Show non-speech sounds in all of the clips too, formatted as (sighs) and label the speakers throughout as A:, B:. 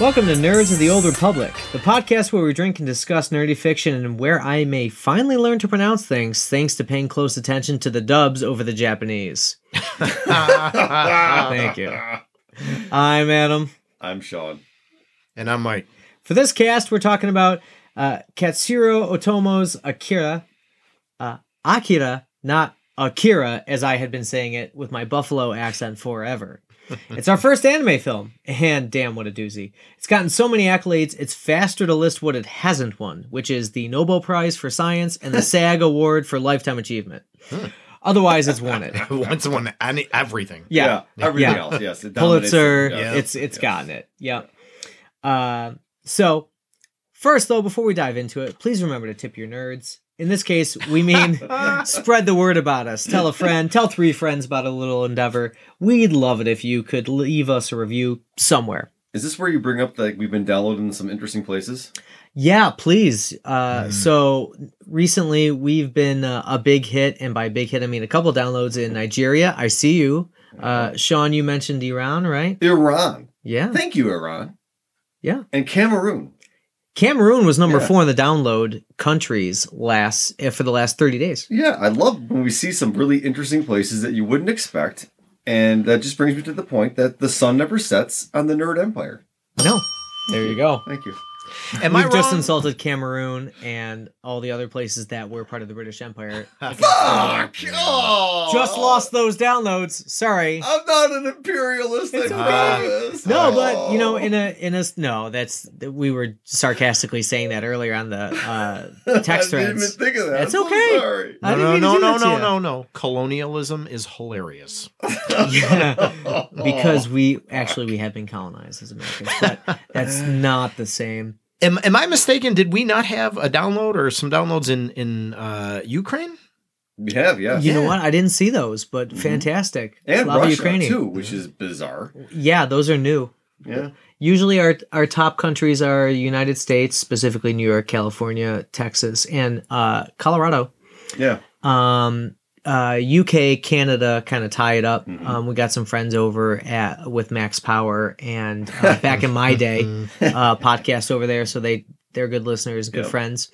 A: Welcome to Nerds of the Old Republic, the podcast where we drink and discuss nerdy fiction and where I may finally learn to pronounce things thanks to paying close attention to the dubs over the Japanese. Thank you. I'm Adam.
B: I'm Sean.
C: (laughs) And I'm Mike.
A: For this cast, we're talking about uh, Katsuro Otomo's Akira, uh, Akira, not Akira, as I had been saying it with my Buffalo accent forever. it's our first anime film, and damn, what a doozy. It's gotten so many accolades, it's faster to list what it hasn't won, which is the Nobel Prize for Science and the SAG Award for Lifetime Achievement. Otherwise, it's
C: (laughs)
A: won it.
C: Who wants one? I need everything.
A: Yeah.
B: everything
A: Yeah.
B: else. Yes, it dominates
A: Pulitzer.
B: the-
C: Yeah.
A: It's it's
B: Yes.
A: gotten it. Yeah. Uh, so first though, before we dive into it, please remember to tip your nerds. In this case, we
C: (laughs)
A: mean spread the word about us. Tell a friend, tell three friends about a little endeavor. We'd love it if you could leave us a review somewhere.
B: Is this where you bring up that we've been downloading some interesting places?
A: Yeah, please. Uh,
C: Mm.
A: So recently, we've been uh, a big hit, and by big hit, I mean a couple downloads in Nigeria. I see you, uh, Sean. You mentioned Iran, right?
B: Iran.
A: Yeah.
B: Thank you, Iran.
A: Yeah.
B: And Cameroon.
A: Cameroon was number
B: Yeah.
A: four in the download countries last eh, for the last thirty days.
B: Yeah, I love when we see some really interesting places that you wouldn't expect. And that just brings me to the point that the sun never sets on the Nerd Empire.
A: No, there you go.
B: Thank you.
C: Am
A: We've
C: I wrong?
A: just
C: (laughs)
A: insulted Cameroon and all the other places that were part of the British Empire.
B: Fuck! Oh!
A: Just lost those downloads. Sorry.
B: I'm not an imperialist.
A: It's
B: I
C: okay.
B: promise.
A: No,
B: Oh.
A: but you know, in a in a no, that's we were sarcastically saying that earlier on the. Uh, (laughs) text
B: (laughs) I didn't even
A: threads.
B: think of that.
A: That's
B: I'm so
A: okay.
B: sorry.
A: I
C: No,
A: didn't
C: no,
A: mean to
C: no,
A: do
C: no,
A: that to
C: no,
A: you.
C: no, no. Colonialism is hilarious.
A: Yeah, because we actually we have been colonized as Americans, but
B: (sighs)
A: that's not the same.
C: Am, am I mistaken? Did we not have a download or some downloads in in uh, Ukraine?
B: (laughs) we have, yeah,
A: You know
C: Yeah.
A: what? I didn't see those, but
B: Mhm.
A: fantastic.
B: and
A: Slava
B: Russia
A: Ukraini.
B: too, which is bizarre.
A: Yeah, those are new.
B: Yeah,
A: Usually, our our top countries are United States, specifically New York, California, Texas, and uh, Colorado.
B: yeah.
A: Um, uh, UK, Canada, kind of tie it up.
B: Mhm.
A: Um, we got some friends over at with Max Power, and uh, back in my
B: (laughs)
A: day,
C: Mm.
A: uh, podcast over there, so they they're good listeners, good
B: Yep.
A: friends.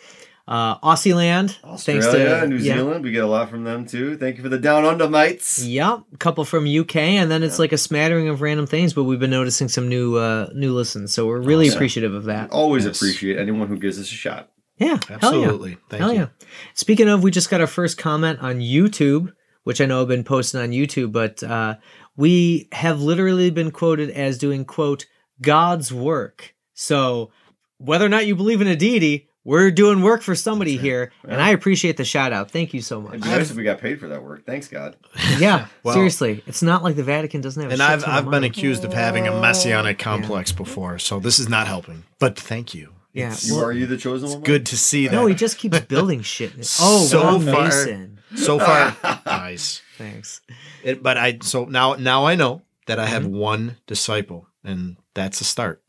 A: Uh, Aussie land,
B: Australia, New
A: yeah.
B: Zealand, we get a lot from them too. Thank you for the down under mites.
A: Yeah, a couple from UK, and then it's
B: Yeah.
A: like a smattering of random things. But we've been noticing some new uh, new listens, so we're really
B: Awesome.
A: appreciative of that.
B: Always
C: Yes.
B: appreciate anyone who gives us a shot.
A: Yeah, hell yeah,
C: Absolutely. Thank
A: hell
C: you.
A: yeah. Speaking of, we just got our first comment on YouTube, which I know I've been posting on YouTube, but uh, we have literally been quoted as doing quote God's work. So whether or not you believe in a deity. We're doing work for somebody
C: That's right.
A: here, and
B: Yeah.
A: I appreciate the shout out. Thank you so
B: It'd
A: much.
B: be nice if we got paid for that work. Thanks, God.
A: (laughs) Yeah,
C: (laughs) Well-
A: seriously, it's not like the Vatican doesn't have. a
C: And
A: shit
C: I've
A: ton of
C: I've been
A: money.
C: accused of having a messianic complex before, so this is not helping. But thank you.
A: Yeah.
C: It's,
B: You are you the chosen
C: it's
B: one?
C: good to see that.
A: No, he just
C: (laughs)
A: keeps building shit. Oh,
C: So
A: Ron
C: far.
A: Mason. (laughs)
C: so
B: (laughs)
C: far, nice.
A: Thanks.
C: It, but I so now now I know that I
B: Mm-hmm.
C: have one disciple, and that's a start.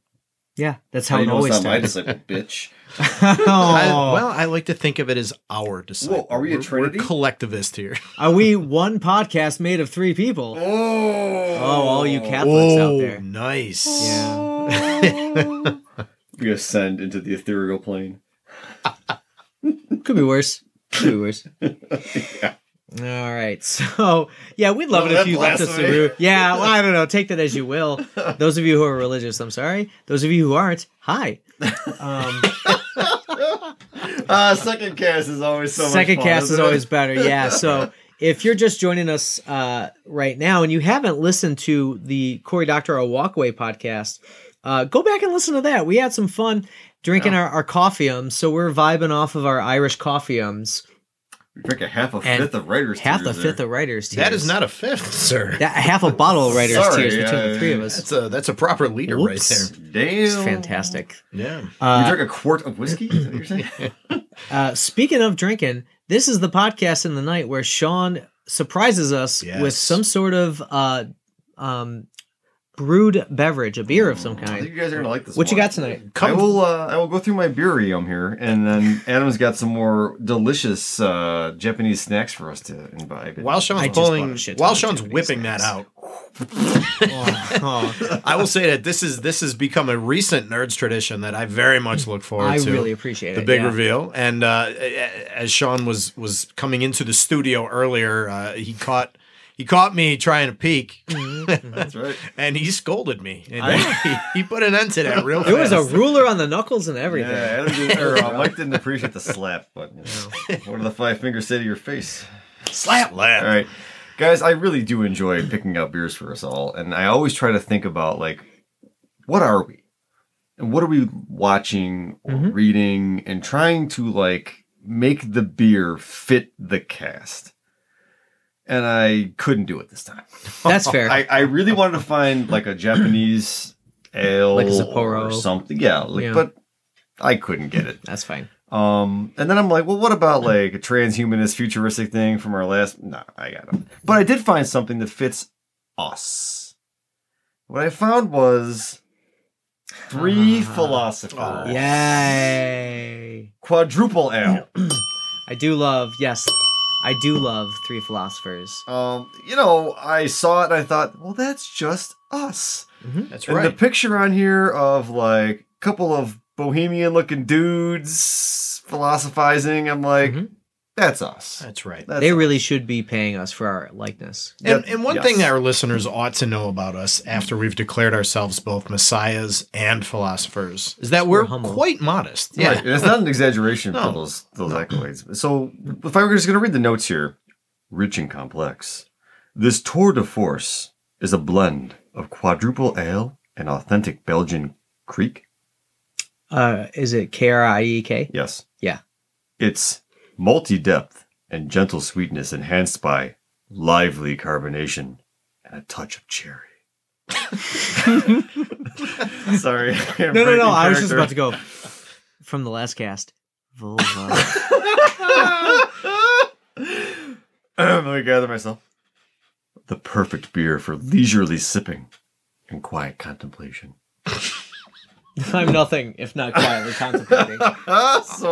A: Yeah, that's
B: How
A: how it
B: you know
A: always
B: it's not my
A: starts.
B: disciple,
A: (laughs)
B: bitch.
C: I-
A: oh,
C: well, I like to think of it as our disciple.
B: Whoa, are we a
C: We're-
B: trinity?
C: We're collectivist here.
A: are we one podcast made of three people?
B: Oh, oh,
A: all you Catholics out there.
C: nice.
B: (laughs) Yeah. we ascend into the ethereal plane.
A: Could be worse. Could be worse. All right. So, yeah, we'd love
B: Well,
A: it if
B: that
A: you left us a
B: blasphemy.
A: review. Yeah, well, I don't know. Take that as you will. Those of you who are religious, I'm sorry. Those of you who aren't, hi. Um,
B: Uh, second cast is always so much
A: second
B: fun,
A: cast is
B: isn't it?
A: always better
B: (laughs)
A: yeah so if you're just joining us uh, right now and you haven't listened to the corey doctorow walkaway podcast uh, go back and listen to that we had some fun drinking our, our coffeeums so we're vibing off of our irish coffeeums
B: We drink a half a
A: And
B: fifth of writers.
A: half
B: tears
A: a
B: there.
A: fitth of writers tears
C: That is not a fifth, (laughs) sir.
A: that, half a bottle of writers
B: Sorry,
A: tears between the
B: yeah,
A: three of
B: yeah.
A: us
C: That's a that's a proper leader
A: Whoops.
C: right
B: Damn.
A: it's fantastic
C: there. Yeah.
B: You
A: uh,
B: drink a quart of whiskey? Is that what you're saying?
A: Uh, speaking of drinking, this is the podcast in the night where Sean surprises us
C: Yes.
A: with some sort of uh, um, brewed beverage, a (laughs) beer of some
B: I think
A: kind.
B: you guys are gonna like this.
A: What you
B: one.
A: got
C: (laughs)
A: tonight?
B: I will. Uh, I will go through my burium here, and then Adam's got some more delicious uh, Japanese snacks for us to imbibe.
C: While
A: I
C: Sean's
A: just bought
C: pulling,
A: a shit ton
C: while
A: of
C: Sean's
A: Japanese
C: whipping that
A: snacks.
C: out, Oh, oh. I will say that this is this has become a recent nerds tradition that I very much look forward
A: I
C: to.
A: really appreciate
C: the
A: it.
C: big
A: yeah.
C: reveal, and uh, a- a- as Sean was was coming into the studio earlier, uh, he caught he caught me trying to peek,
A: (laughs)
B: That's right.
C: and he scolded me, and (laughs) he, he put an end to that real.
A: There was a
C: fast.
A: ruler on the knuckles and everything.
B: Yeah, Adam didn't, or, uh, Mike didn't appreciate the slap, but
A: (laughs)
B: you know, what did the five fingers say to your face?
C: slap
B: All
C: lap.
B: right, guys, I really do enjoy picking out beers for us all, and I always try to think about like, what are we, and what are we watching or
A: Mhm.
B: reading, and trying to like make the beer fit the cast. And I couldn't do it this time.
A: That's fair.
B: (laughs) I, I really wanted to find like a Japanese ale,
A: Like a Sapporo.
B: or something. Yeah, like,
A: Yeah.
B: but I couldn't get it.
A: That's
C: (laughs)
A: fine.
B: Um, and then I'm like, well, what about like a transhumanist futuristic thing from our last? Nah, I got it. But I did find something that fits us. What I found was three
A: Ah.
B: philosophers.
C: Oh.
A: Yay! (clears throat)
B: Quadruple ale.
A: I do love. Yes, I do love Three Philosophers.
B: um, you know, I saw it and I thought, well, that's just us.
C: That's
B: and
C: right.
B: the picture on here of like a couple of bohemian looking dudes philosophizing, I'm like,
A: Mhm.
B: that's us.
C: Mm-hmm. That's right.
B: That's
A: They
B: us.
A: really should be paying us for our likeness.
C: And,
B: Yep.
C: and one
B: Yes.
C: thing our listeners ought to know about us after we've declared ourselves both messiahs and philosophers is that
A: We're
C: we're,
A: humble.
C: quite modest. (laughs)
B: Right. and It's not an exaggeration
C: No.
B: for those those accolades. So if I were just gonna read the notes here, rich and complex. This tour de force is a blend of quadruple ale and authentic Belgian creek.
A: Uh, is it K R I E K?
B: Yes.
A: Yeah.
B: It's multi depth and gentle sweetness enhanced by lively carbonation and a touch
A: (laughs)
B: of cherry. (laughs) Sorry. No,
A: No, no, no. I was just about to go from the last cast. Vulva.
B: Um, Let me gather myself. The perfect beer for leisurely sipping and quiet contemplation.
A: (laughs) I'm nothing if not quietly
B: (laughs)
A: contemplating.
B: (laughs) so,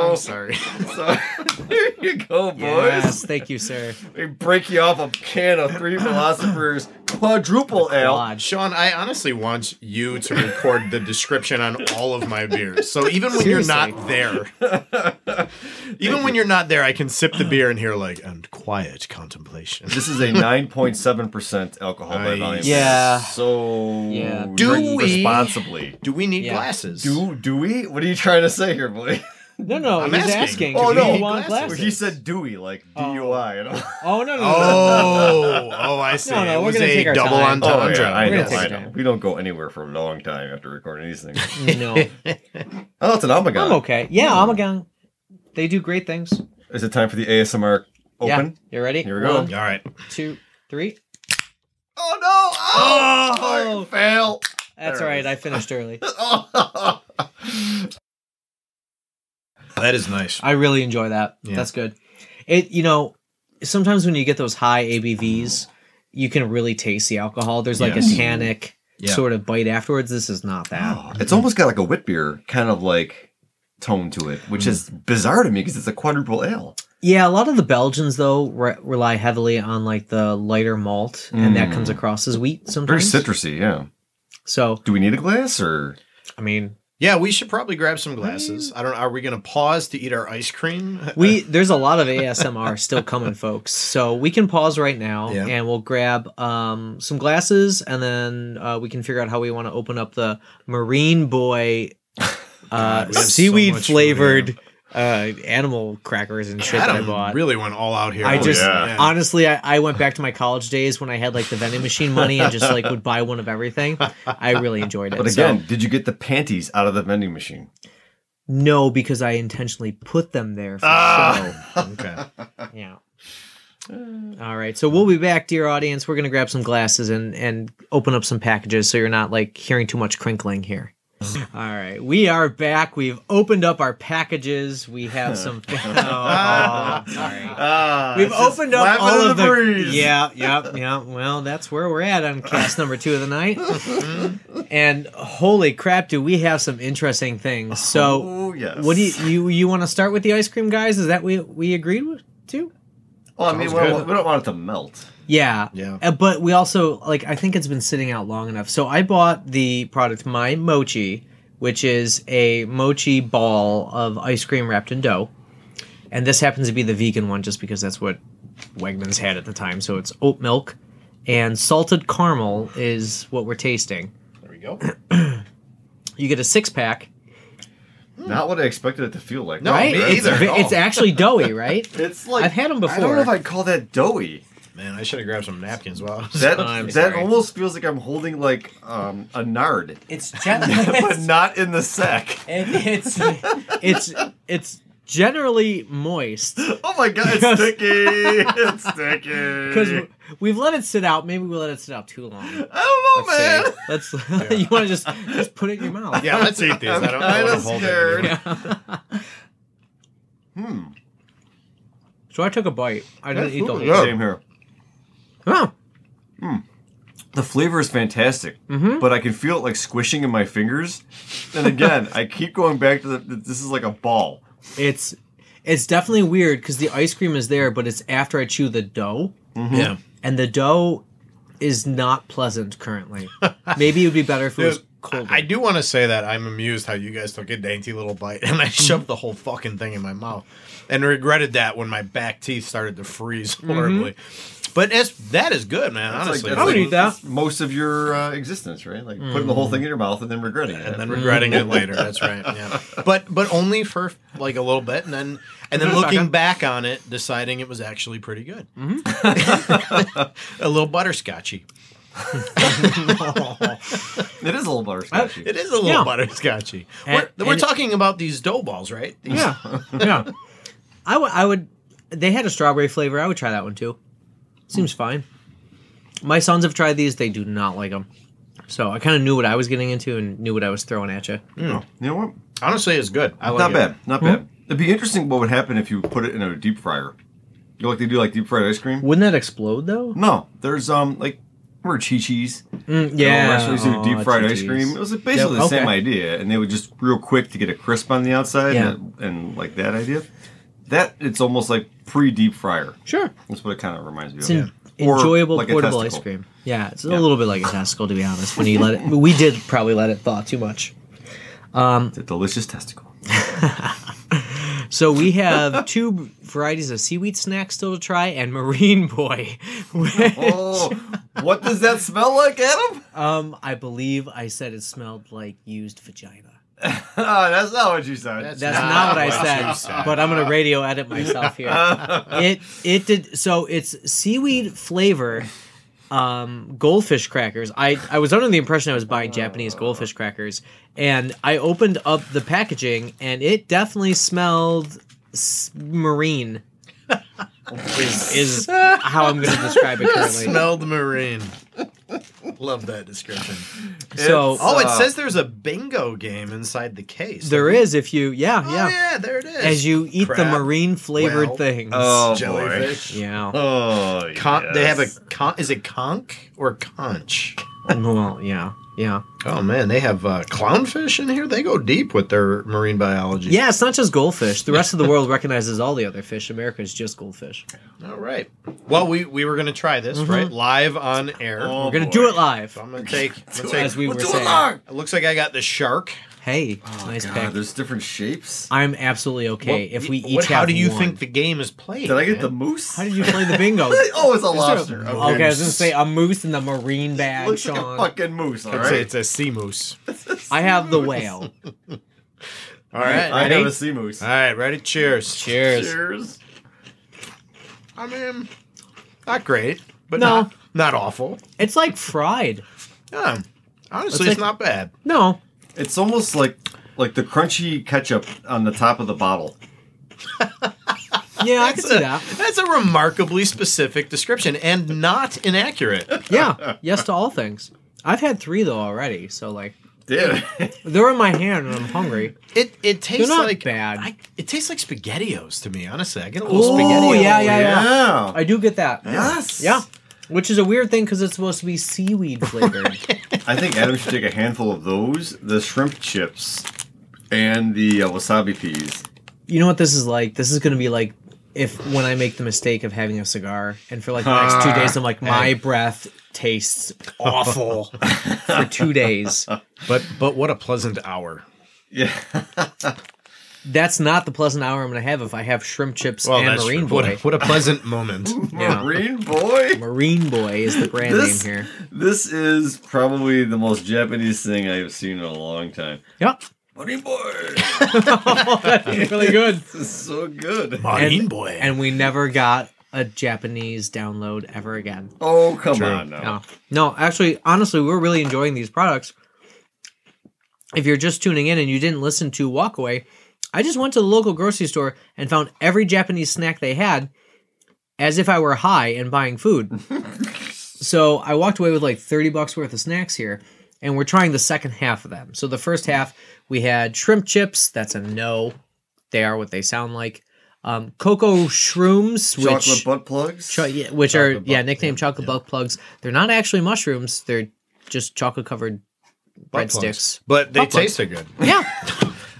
C: I'm sorry.
B: so (laughs) here you go, boys.
A: Yes, thank you, sir.
B: We break you off a can of Three Philosophers quadruple ale.
A: Lodge.
C: Sean, I honestly want you to record the description on all of my beers. So even when you're not there, even when you're not there, I can sip the beer and hear like and quiet contemplation.
B: This is a 9.7% alcohol by
C: Nice.
B: volume.
A: Yeah.
B: So
A: Yeah.
B: drink
C: Do we-
B: responsibly.
C: Do we need
A: Yeah.
C: glasses?
B: Do do we? What are you trying to say here, boy?
A: No, no.
C: I'm
A: he's
C: asking.
A: asking.
B: Oh,
A: do
B: no.
A: you want
C: Glasses.
A: glasses?
B: He said Dewey, like
A: Oh.
B: DUI. You know?
A: Oh no, no, no. no, no.
C: Oh, oh, I see.
A: No, no,
C: it
A: we're
C: was
A: gonna take
C: a
A: our
C: double
A: time.
B: Oh,
C: entendre.
B: yeah, I
A: We're
B: know,
A: gonna take
B: I
A: our
B: know.
A: time.
B: We don't go anywhere for a long time after recording these
A: (laughs)
B: things.
A: no.
B: oh, it's an omega.
A: I'm okay. Yeah, Amagang. They do great things.
B: Is it time for the ASMR open?
A: Yeah. You ready?
B: Here we go.
A: One,
C: All right.
A: two, three.
B: Oh no! Oh,
A: Oh.
B: fail!
A: That's
B: There
A: all
B: it
A: right.
B: is.
A: I finished
B: (laughs)
A: early.
B: Oh.
C: That is nice.
A: I really enjoy that.
C: Yeah.
A: That's good. It you know, sometimes when you get those high ABVs, you can really taste the alcohol. There's like
C: Yes.
A: a tannic
C: Yeah.
A: sort of bite afterwards. This is not that.
B: (gasps) It's almost got like a wit beer kind of like tone to it, which is bizarre to me because it's a quadruple ale.
A: Yeah, a lot of the Belgians though re- rely heavily on like the lighter malt, and that
B: Mm.
A: comes across as wheat
B: Very
A: sometimes.
B: citrusy, yeah.
A: So
B: Do we need a glass or?
A: I mean,
C: Yeah, we should probably grab some glasses. I don't. Are we gonna pause to eat our ice cream? Uh,
A: we there's a lot of ASMR still coming, folks. So we can pause right now,
C: Yeah.
A: and we'll grab um, some glasses, and then uh, we can figure out how we want to open up the Marine
C: (laughs)
A: Boy uh,
C: God, we have so
A: seaweed
C: much
A: flavored uh, animal crackers and shit that I
C: Adam
A: bought.
C: really went all out here.
A: I
C: Oh,
A: just
B: yeah.
A: honestly, I, I went back to my college days when I had like the vending machine money and just like would buy one of everything. I really enjoyed it.
B: But
A: So,
B: again, did you get the panties out of the vending machine?
A: no, because I intentionally put them there for show.
B: Ah.
C: (laughs) okay.
A: Yeah. All right. So we'll be back, dear audience. We're gonna grab some glasses and and open up some packages so you're not like hearing too much crinkling here. All right, we are back. We've opened up our packages. We have
B: (laughs)
A: some. (laughs) Oh, sorry.
B: Ah,
A: We've
B: it's just
A: opened up
B: flapping
A: all
B: in
A: of the.
B: breeze.
A: Yeah, yeah, yeah. Well, that's where we're at on cast number two of the night. (laughs) and holy crap, do we have some interesting things? So,
B: Oh yes.
A: what do you you, you want to start with the ice cream guys? Is that we we agreed with, to?
B: Well, I mean,
C: Sounds
B: we don't,
C: good.
B: we don't want it to melt.
A: Yeah.
C: Yeah.
A: Uh, but we also like I think it's been sitting out long enough. So I bought the product My Mochi, which is a mochi ball of ice cream wrapped in dough. And this happens to be the vegan one just because that's what Wegmans had at the time. So it's oat milk and salted caramel is what we're tasting.
C: There we go.
A: You get a six pack.
B: Not what I expected it to feel like.
C: No,
A: right?
C: me
A: It's,
C: either.
A: ve- it's actually doughy, right?
B: It's like
A: I've had 'em
B: I don't know
A: before.
B: if I'd call
A: (laughs)
B: that doughy.
C: Man, I should have grabbed some napkins while I was
B: That
A: I'm
B: that
A: sorry.
B: almost feels like I'm holding like um,
A: (laughs)
B: a nard,
D: It's
B: (laughs)
D: gen-
B: but
D: it's,
B: not in the sack.
D: it's
A: It's it's generally moist.
B: Oh my god,
A: (laughs)
B: it's
A: Yes.
B: sticky! It's sticky.
C: Mm.
A: Because we've let it sit out. Maybe we let it sit out too long.
B: I
C: Oh,
B: don't know, man.
A: Let's. say- let's- (laughs) you want to just just put it in your (laughs) mouth.
C: (laughs) Yeah, let's eat these. I don't I
B: I'm
C: don't
B: kinda
C: hold it
B: scared.
C: anymore.
B: Hmm.
A: So I took a bite. I didn't
B: That's
A: eat the whole.
B: super good.
A: thing.
B: Same here.
A: Oh,
B: The flavor is fantastic,
A: mm-hmm. Hmm.
B: but I can feel it like squishing in my fingers.
A: (laughs)
B: And again, I keep going back to the, this is like a ball.
A: it's it's definitely weird because the ice cream is there, but it's after I chew the dough,
B: Mm-hmm.
C: Yeah.
A: and the dough is not pleasant
C: (laughs)
A: currently. Maybe it would be better if it was
C: Dude,
A: colder.
C: I do want to say that I'm amused how you guys took a dainty little bite and I shoved the whole fucking thing in my mouth and regretted that when my back teeth started to freeze horribly. But it's, that is good, man,
B: That's
C: honestly.
B: that's
A: I would eat that.
B: that's Most of your uh, existence, right? Like putting the whole thing in your mouth and then regretting it.
C: Mm. and then
B: after.
C: regretting it later. That's right. Yeah. But but only for like a little bit and then and then looking back on it, deciding it was actually pretty good.
A: Mm-hmm.
C: (laughs) a little butterscotchy.
B: it is a little butterscotch.
C: It is a little
A: Yeah.
C: butterscotchy.
A: And-
C: we're we're
A: and-
C: talking about these dough balls, right? These-
A: yeah, yeah. I would. I would. They had a strawberry flavor. I would try that one too. Seems fine. My sons have tried these. They do not like them. So I kind of knew what I was getting into and knew what I was throwing at you.
B: Oh, you know what?
C: Honestly, it's good. I like
B: not
C: it.
B: bad.
A: Hmm?
B: Not bad. It'd be interesting what would happen if you put it in a deep fryer. You know, like they do like deep fried ice cream.
A: Wouldn't that explode though?
B: No, there's um like remember Chi Chi's?
A: Mm, yeah.
B: They used to do
A: Aw,
B: deep fried ice
A: GGs.
B: cream. It was basically the
A: Yep.
B: same
A: Okay.
B: idea, and they would just real quick to get it crisp on the outside
A: Yeah.
B: and, and like that idea. That it's almost like pre deep fryer.
A: Sure.
B: That's what it kind of reminds me
A: It's
B: of.
A: an
B: Or
A: enjoyable
B: like a
A: portable ice
B: testicle.
A: cream. Yeah, it's a little bit like a testicle to be honest. When you let it, we did probably let it thaw too much.
B: It's a delicious testicle.
A: (laughs) So we have two varieties of seaweed snacks still to try, and Marine Boy, (laughs) which
B: Oh, what does that smell like, Adam? (laughs)
A: um, I believe I said it smelled like used vagina.
B: Oh, that's not what you said.
C: That's-
A: That's
C: Nah,
A: not what
C: what
A: I
C: you
A: said,
C: said.
A: but I'm gonna radio edit myself here. it it did so it's seaweed flavor um goldfish crackers. I I was under the impression I was buying Japanese goldfish crackers and I opened up the packaging and it definitely smelled s- marine is, is how I'm going to describe it currently.
C: (laughs) Smelled marine. Love that description.
A: So
C: Oh, it
B: Uh,
C: says there's a bingo game inside the case.
A: there is if you yeah,
C: Oh,
A: yeah.
C: yeah. there it is.
A: As you eat the
C: Crab,
A: marine flavored
C: whale.
A: things.
B: oh boy.
C: jellyfish.
A: Yeah.
C: (laughs)
B: Oh,
C: Con- They have a
B: yes.
C: con- is it conch or conch?
A: Well, yeah. Yeah.
C: Oh man, they have uh, clownfish in here. They go deep with their marine biology.
A: Yeah, it's not just goldfish. The rest of the world recognizes all the other fish. America is just goldfish.
C: All right. Well, we we were gonna try this
A: Mm-hmm.
C: right live on air.
B: Oh,
A: We're gonna
B: boy.
A: do it live.
C: So I'm gonna take. I'm gonna
B: (laughs)
C: take
A: As we
B: We'll
A: were
B: do it
A: saying.
B: live.
C: it looks like I got the shark.
A: Hey, nice
B: God,
A: pick.
B: there's different shapes.
A: I'm absolutely okay
C: Oh, What-
A: if we
C: what-
A: each have
C: How do you
A: one.
C: think the game is played?
B: Did I get
C: man?
B: the moose?
A: How did
B: (laughs)
A: you play the
C: (laughs)
A: bingo?
B: oh, it's a
A: there a-
B: lobster.
A: okay, I was gonna say a moose in the marine bag,
B: Looks like a
A: Sean.
B: fucking moose. All
C: I'd say
B: right.
C: it's a sea moose.
A: I have
B: (laughs)
A: the whale.
C: All right,
B: I
C: ready?
B: have a sea moose.
C: All right, ready? Cheers.
A: Cheers.
B: Cheers.
C: I mean, not great, but
A: No.
C: not, not awful.
A: It's like fried.
C: Yeah. Honestly,
A: Let's
C: it's
A: take-
C: not bad.
A: No.
B: It's almost like like the crunchy ketchup on the top of the bottle.
A: Yeah, I can see that.
C: That's a remarkably specific description and not inaccurate.
A: Yeah. Yes to all things. I've had three though already, so like
B: Dude,
A: (laughs) they're in my hand and I'm hungry.
C: It it tastes
A: not
C: like
A: bad.
C: I, it tastes like spaghettios to me, honestly. I get a little
A: Oh
C: spaghetti.
A: yeah, yeah, yeah.
B: yeah.
A: I do get that.
B: Yes.
A: Yeah. (laughs) Which is a weird thing because it's supposed to be seaweed
C: (laughs)
A: flavored.
B: I think Adam should take a handful of those, the shrimp chips, and the uh, wasabi peas.
A: you know what this is like? This is going to be like if when I make the mistake of having a cigar, and for like the next two days, I'm
C: (laughs)
A: like, my breath tastes awful for two days.
C: But but what a pleasant hour.
B: Yeah. (laughs)
A: That's not the pleasant hour I'm going to have if I have shrimp chips
C: Well,
A: and
C: that's
A: Marine
C: true. What, a,
A: Boy.
C: what a
A: (laughs)
C: pleasant moment.
A: Yeah.
B: Marine
C: (laughs)
B: boy.
A: Marine Boy is the brand
B: This-
A: name here.
B: This is probably the most Japanese thing I've seen in a long time.
A: Yep. (laughs)
B: Marine boy. (laughs)
A: That's really good.
B: this is so good.
C: Marine
A: And-
C: boy.
A: And we never got a Japanese download ever again.
B: Oh come
C: True.
B: on now.
A: No, no, actually, honestly, we're really enjoying these products. If you're just tuning in and you didn't listen to Walkaway, I just went to the local grocery store and found every Japanese snack they had as if I were high and buying food. so I walked away with like 30 bucks worth of snacks here, and we're trying the second half of them. So the first half, we had shrimp chips. That's a no. They are what they sound like. Um, cocoa shrooms,
B: Chocolate
A: which
B: butt plugs.
A: Cho- yeah, which are
C: Chocolate
A: yeah
C: butt-
A: nicknamed chocolate butt plugs. They're not actually mushrooms. They're just chocolate covered
C: Butt plugs.
A: breadsticks.
C: But they
A: Butt plugs.
C: tasted (laughs) good.
A: (laughs) Yeah,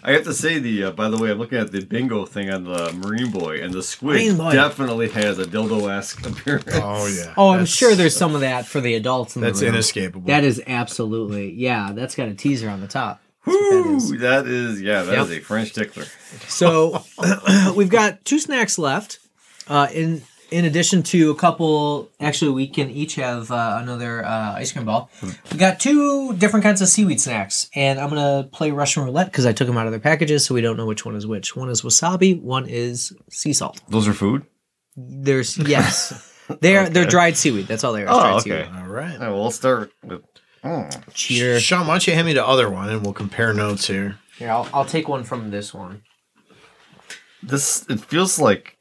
B: I have to say the. Uh, by the way, I'm looking at the bingo thing on the Marine boy, and the
A: Marine
B: squid
A: boy.
B: definitely has a dildo-esque appearance. (laughs)
C: Oh yeah.
A: Oh, I'm
C: That's-
A: sure there's some of that for the adults in
C: that's
A: the room.
C: inescapable.
A: That is absolutely yeah. That's got a teaser on the top. that
B: Whoo!
A: is.
B: That is yeah. that is
A: Yep.
B: a French tickler.
C: (laughs)
A: So (clears throat) we've got two snacks left. Uh, in in addition to a couple, actually, we can each have uh, another uh, ice cream ball.
C: Hmm.
A: We got two different kinds of seaweed snacks, and I'm gonna play Russian roulette because I took them out of their packages, so we don't know which one is which. One is wasabi, one is sea salt.
B: Those are food.
C: (laughs)
A: There's yes, they're they're dried seaweed. That's all they are. is dried
B: Oh, okay.
A: seaweed.
C: All right.
B: I will start with. Oh.
A: Cheater.
C: Sean, why don't you hand me the other one and we'll compare notes here.
A: Here, I'll, I'll take one from this one.
B: This it feels like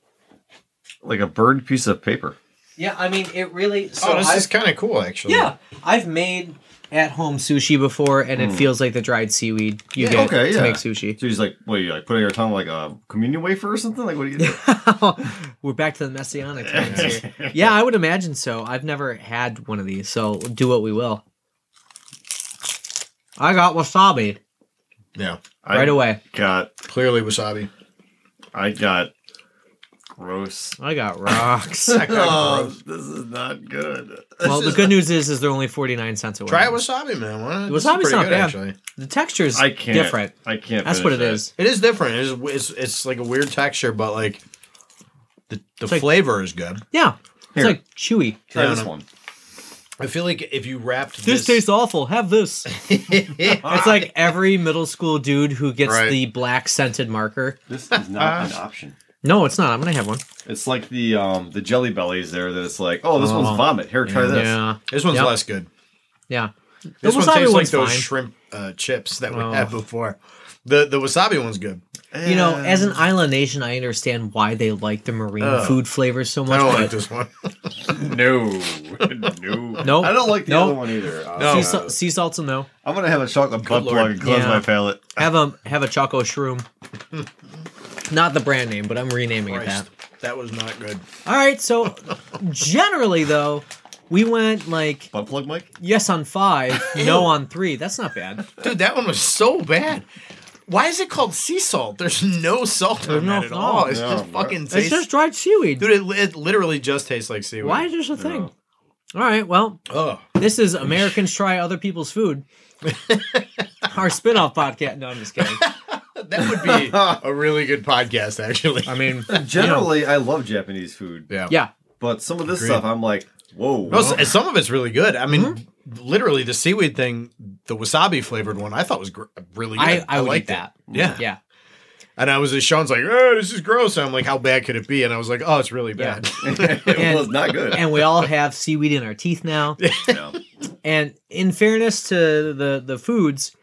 B: like a burned piece of paper.
A: Yeah, I mean it really. So
C: oh, this
A: I've-
C: is kind of cool, actually.
A: Yeah, I've made at home sushi before, and it feels like the dried seaweed you
C: Yeah,
A: get
B: okay,
A: to
B: Hmm. yeah.
A: make sushi. (laughs)
B: So he's like, what? You like put it on your tongue like a communion wafer or something? Like what do you do?
A: We're back to the messianic times here.
B: (laughs)
A: Yeah, I would imagine so. I've never had one of these, so do what we will. I got wasabi
C: Yeah.
A: (laughs)
B: I
A: right away.
B: Got
C: Clearly (laughs) wasabi.
B: I got gross.
A: I got rocks.
B: (laughs) Oh, (laughs) this is not good.
A: well, the good news is, is they're only forty nine cents away.
C: Try wasabi, man. Why not? This is
A: Wasabi's
C: pretty
A: not bad.
C: actually.
A: The texture's
B: (laughs) I can't.
A: different.
B: I can't.
A: That's what
B: finish
A: it
B: that.
A: is.
C: It is different. It's it's, it's like a weird texture, but like the, the
A: like-
C: flavor is good.
A: Yeah, it's
B: Here.
A: like chewy.
B: Try
C: Yeah,
B: this
C: no.
B: one.
C: I feel like if you wrapped
A: This,
C: this,
A: tastes awful. Have
C: (laughs)
A: this. It's like every middle school dude who gets
C: Right.
A: the black scented marker.
B: This is not (laughs) an option.
A: No, it's not. I'm gonna have one.
B: It's like the um the jelly bellies there that it's like, oh, this one's vomit. Here, try this.
A: Yeah,
C: this one's
A: Yep.
C: less good.
A: yeah. The
C: This one
A: wasabi
C: tastes like
A: one's
C: those
A: fine.
C: shrimp uh, chips that we
A: Oh.
C: had before. The the wasabi one's good.
A: you know, as an island nation, I understand why they like the marine
C: Ugh.
A: food flavors so
C: Oh. I
A: much.
C: don't
A: but
C: like this one. (laughs)
B: No, (laughs) no,
A: Nope.
B: I don't like the
A: Nope.
B: other one either. Uh,
C: No.
A: sea,
C: Oh,
A: sa- sea salt's a no.
B: I'm gonna have a chocolate butt
C: lord.
B: plug and close
A: Yeah.
B: my palate.
A: Have a have a choco
C: (laughs)
A: shroom. not the brand name, but I'm renaming it that.
C: Christ, that was not good.
A: All right. So generally, though, we went like
B: Butt plug, Mike.
A: yes on five,
C: (laughs)
A: no on three. That's not bad.
C: Dude, that one was so bad. Why is it called sea salt? There's no salt in
A: no
C: that at
A: salt.
C: all. It's
B: No,
C: just
B: bro.
C: fucking
A: It's
C: tastes.
A: just dried seaweed.
C: dude, it, it literally just tastes like seaweed.
A: Why is this a thing?
B: No.
A: All right. Well,
C: Oh,
A: This is Americans Try Other People's
C: (laughs)
A: Food. Our spin-off podcast. No, I'm just
C: (laughs)
A: kidding.
C: that would be a really good podcast, actually.
A: I mean,
B: Generally, I love Japanese food,
C: Yeah.
A: yeah.
B: but some of this
C: Agreed.
B: stuff, I'm like, whoa.
C: No, s- some of it's really good. I mean, literally the seaweed thing, the wasabi flavored one, I thought was gr- really good.
A: I, I would
C: liked
A: eat that.
C: It. Yeah.
A: Yeah.
C: And I was, Sean's like, oh, this is gross. And I'm like, how bad could it be? And I was like, oh, it's really
A: Yeah. (laughs)
C: bad.
B: (laughs) it
A: and-
B: was not good.
A: And we all have seaweed in our teeth
C: (laughs)
A: now.
B: No.
A: And in fairness to the the foods,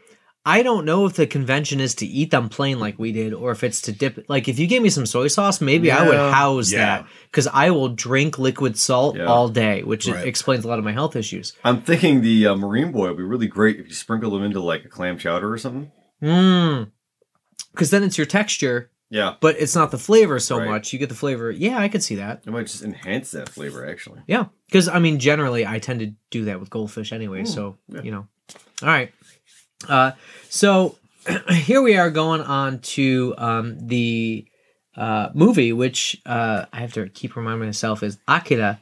A: I don't know if the convention is to eat them plain like we did, or if it's to dip. Like if you gave me some soy sauce, maybe I would
C: Yeah.
A: house
C: Yeah.
A: that because I will drink liquid salt
B: Yeah.
A: all day, which
C: Right.
A: explains a lot of my health issues.
B: I'm thinking the uh, Marine Boy would be really great if you sprinkle them into like a clam chowder or something.
A: Mmm. Because then it's your texture,
B: Yeah,
A: but it's not the flavor so
B: Right.
A: much. You get the flavor. Yeah, I could see that.
B: it might just enhance that flavor actually.
A: Yeah, because I mean, generally, I tend to do that with goldfish anyway. so you know, all right. (clears throat) Uh, so here we are going on to um, the uh, movie, which uh, I have to keep reminding myself is Akira.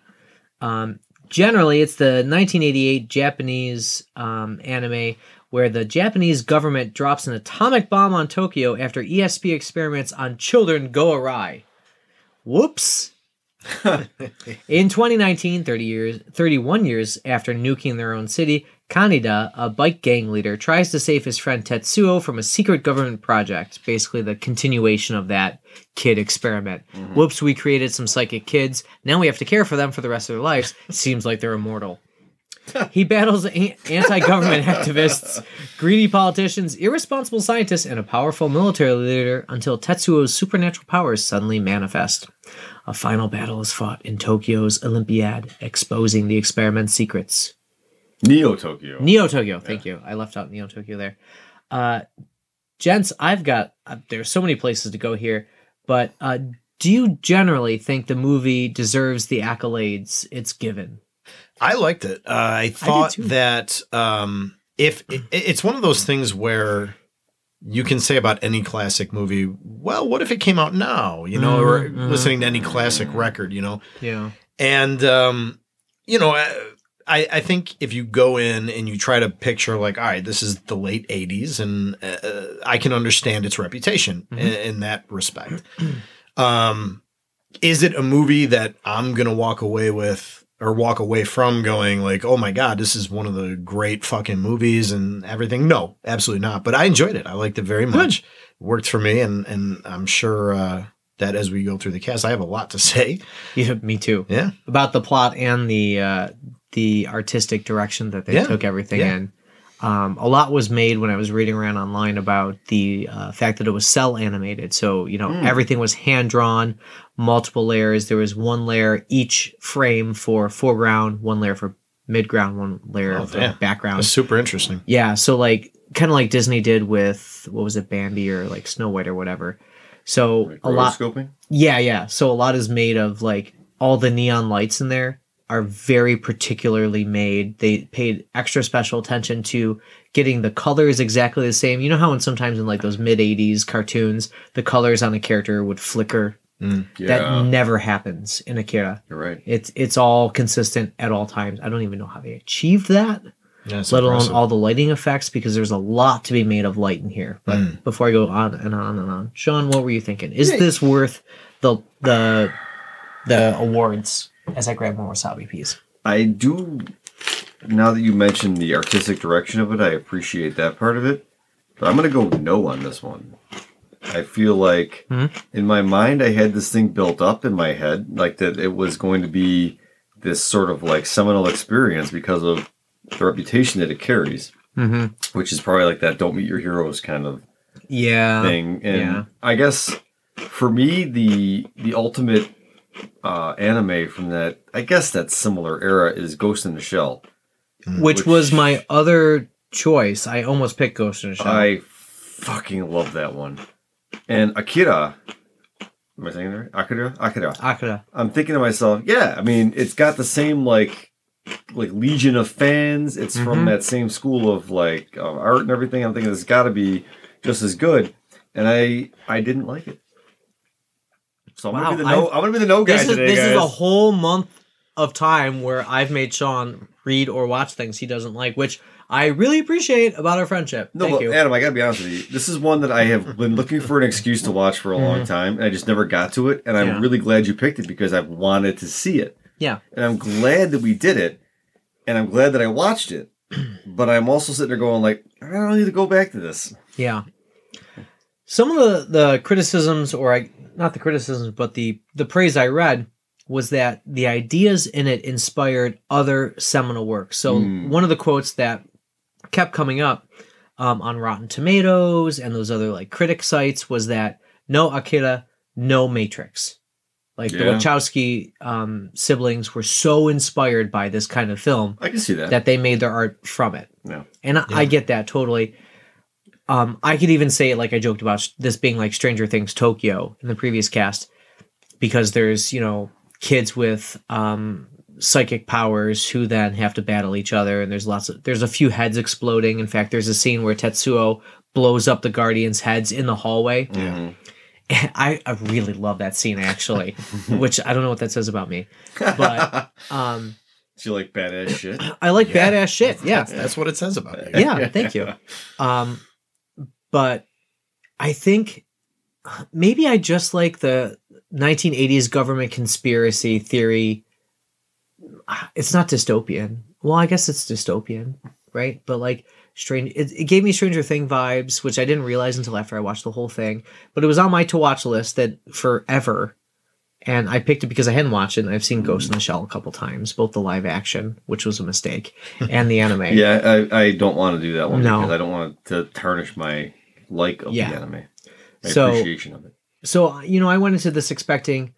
A: Um, generally, it's the 1988 Japanese um, anime where the Japanese government drops an atomic bomb on Tokyo after ESP experiments on children go awry. Whoops. In 2019, 30 years, 31 years after nuking their own city, Kaneda, a bike gang leader, tries to save his friend Tetsuo from a secret government project, basically the continuation of that kid experiment. Whoops, we created some psychic kids. Now we have to care for them for the rest of their lives. Seems like they're immortal. He battles an- anti government activists, greedy politicians, irresponsible scientists, and a powerful military leader until Tetsuo's supernatural powers suddenly manifest. A final battle is fought in Tokyo's Olympiad, exposing the experiment's secrets.
B: Neo Tokyo.
A: Neo Tokyo, thank you. I left out Neo Tokyo there. Uh, gents, I've got uh, there's so many places to go here, but uh, do you generally think the movie deserves the accolades it's given?
C: (laughs) I liked it. Uh, I thought
A: too.
C: that um, if it, it's one of those things where you can say about any classic movie, well, what if it came out now? You know, or
A: Mhm, mhm.
C: listening to any classic record, you know,
A: Yeah,
C: and um, you know, I, I I think if you go in and you try to picture like, all right, this is the late '80s, and uh, I can understand its reputation i- in, that respect. (clears throat) um, is it a movie that I'm gonna walk away with? Or walk away from going like, oh my god, this is one of the great fucking movies and everything. No, absolutely not. But I enjoyed it. I liked it very much. Worked for me, and and I'm sure uh, that as we go through the cast, I have a lot to (laughs) say.
A: (laughs) yeah, me too.
C: Yeah,
A: About the plot and the uh, the artistic direction that they
C: Yeah,
A: took everything
C: yeah.
A: in. Um, a lot was made when I was reading around online about the uh, fact that it was cell animated. So, you know,
B: Hmm.
A: everything was hand drawn, multiple layers. There was one layer each frame for foreground, one layer for mid ground, one layer
C: Oh,
A: for
C: damn.
A: background.
C: That's super interesting.
A: Yeah, so like kind of like Disney did with what was it Bambi or like Snow White or whatever. So
B: Like
A: a lot
B: rotoscoping?
A: Yeah, yeah. So a lot is made of like all the neon lights in there are very particularly made. They paid extra special attention to getting the colors exactly the same. You know how in sometimes in like those mid 80s cartoons, the colors on a character would flicker.
C: Mm.
B: Yeah,
A: That never happens in Akira.
B: you're right.
A: It's it's all consistent at all times. I don't even know how they achieved that
C: Yeah, it's
A: let
C: impressive.
A: alone all the lighting effects because there's a lot to be made of light in here. But
C: Mm.
A: before I go on and on and on, Sean, what were you thinking? Is
B: Yeah.
A: this worth the the the awards? As I grab more wasabi peas,
B: I do. Now that you mentioned the artistic direction of it, I appreciate that part of it. But I'm gonna go no on this one. I feel like
A: Hmm?
B: in my mind I had this thing built up in my head, like that it was going to be this sort of like seminal experience because of the reputation that it carries,
A: mm-hmm.
B: which is probably like that "don't meet your heroes" kind of
A: yeah,
B: thing. And
A: Uh, yeah.
B: I guess for me, the the ultimate uh, anime from that, I guess that similar era is Ghost in the Shell.
A: which,
B: which-
A: was my other choice. I almost picked Ghost in the Shell.
B: I fucking love that one. And Akira, am I saying that right? Akira, Akira.
A: Akira.
B: I'm thinking to myself, yeah, I mean, it's got the same like like legion of fans. It's from
A: Mhm.
B: that same school of like of art and everything. I'm thinking it's got to be just as good. And I I didn't like it. So I'm
A: Wow,
B: gonna be the no. I'm gonna be the no guy
A: This is
B: today,
A: this
B: guys.
A: is a whole month of time where I've made Sean read or watch things he doesn't like, which I really appreciate about our friendship.
B: no,
A: Thank
B: but
A: you.
B: Adam, I gotta be honest with you. This is one that
A: (laughs)
B: I have been looking for an excuse to watch for a long time, and I just never got to it. And I'm
A: Mm. Yeah.
B: really glad you picked it because I've wanted to see it.
A: yeah,
B: and I'm glad that we did it, and I'm glad that I
A: (clears throat)
B: watched it. But I'm also sitting there going like, I don't need to go back to this.
A: Yeah. Some of the, the criticisms, or I, not the criticisms, but the, the praise I read was that the ideas in it inspired other seminal works. So,
B: Mm.
A: one of the quotes that kept coming up um, on Rotten Tomatoes and those other like critic sites was that no Akira, no Matrix. Like the
B: Yeah.
A: Wachowski um, siblings were so inspired by this kind of film
B: I can see that.
A: that they made their art from it.
B: Yeah.
A: And I,
C: Yeah.
A: I get that totally. Um, I could even say, like I joked about s- this being like Stranger Things Tokyo in the previous cast, because there's, you know, kids with um, psychic powers who then have to battle each other. And there's lots of, there's a few heads exploding. In fact, there's a scene where Tetsuo blows up the Guardians' heads in the hallway. (laughs)
B: Mhm.
A: I, I really love that scene actually,
B: (laughs)
A: which I don't know what that says about me, but um,
B: Do you like
A: (clears throat)
B: badass shit?
A: I like
C: Yeah.
A: badass shit. Yeah,
C: That's, that's what it says about you.
A: yeah. Thank you. Um, but I think maybe I just like the 1980s government conspiracy theory. It's not dystopian. Well, I guess it's dystopian, right? But like strange, it, it gave me Stranger Thing vibes, which I didn't realize until after I watched the whole thing. But it was on my to watch list that forever. And I picked it because I hadn't watched it. And I've seen Ghost in the Shell a couple times, both the live action, which was a mistake, and the anime.
B: Yeah, I, I don't want to do that one
A: No.
B: because I don't want to tarnish my like of
A: Yeah.
B: the anime, my
A: So-
B: appreciation of it.
A: so uh, you know i went into this expecting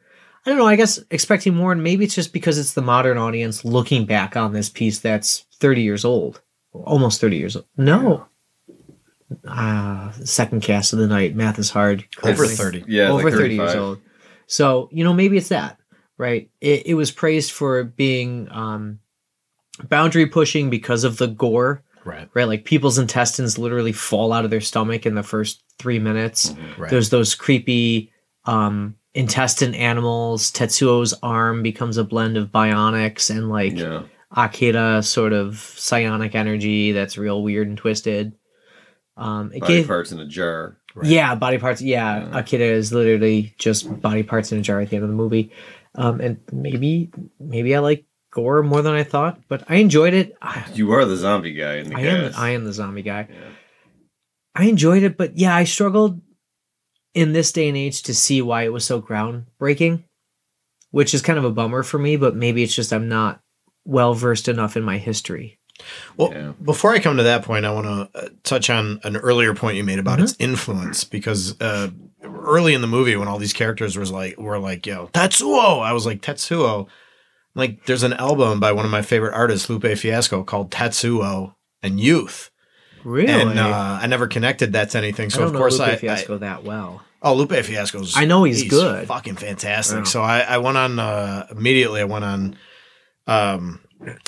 A: i don't know i guess expecting more and maybe it's just because it's the modern audience looking back on this piece that's 30 years old almost 30 years old no ah second cast of the night math is hard
C: Over
A: Currently.
C: 30.
B: Yeah,
A: over
B: like
A: 30 years
B: 35.
A: old so you know maybe it's that right it, it was praised for being um boundary pushing because of the gore
C: Right.
A: right like people's intestines literally fall out of their stomach in the first three minutes
B: Mm-hmm.
C: Right.
A: there's those creepy um intestine animals tetsuo's arm becomes a blend of bionics and like
B: Yeah,
A: akira sort of psionic energy that's real weird and twisted um it
B: body
A: gave
B: parts in a jar.
C: Right.
A: yeah body parts yeah,
B: Yeah.
A: akira is literally just body parts in a jar at the end of the movie um and maybe maybe i like gore more than i thought but i enjoyed it i,
B: You are the zombie guy in the
A: I am
B: cast.
A: i am the zombie guy
B: Yeah.
A: I enjoyed it, but yeah, I struggled in this day and age to see why it was so groundbreaking, which is kind of a bummer for me, but maybe it's just I'm not well versed enough in my history.
C: Well,
B: Yeah.
C: before I come to that point, I want to uh, touch on an earlier point you made about its
A: Mm-hmm.
C: influence because uh, early in the movie, when all these characters was like were like, "Yo, Tetsuo," I was like, "Tetsuo." Like, there's an album by one of my favorite artists, Lupe Fiasco, called Tetsuo and Youth,
A: Really?
C: and uh, I never connected that to anything.
A: I
C: So
A: don't
C: of course,
A: know Lupe
C: I, I
A: Fiasco that well.
C: Oh, Lupe Fiasco's.
A: I know he's good.
C: Fucking fantastic.
A: Yeah.
C: So I, I went on uh, immediately. I went on um,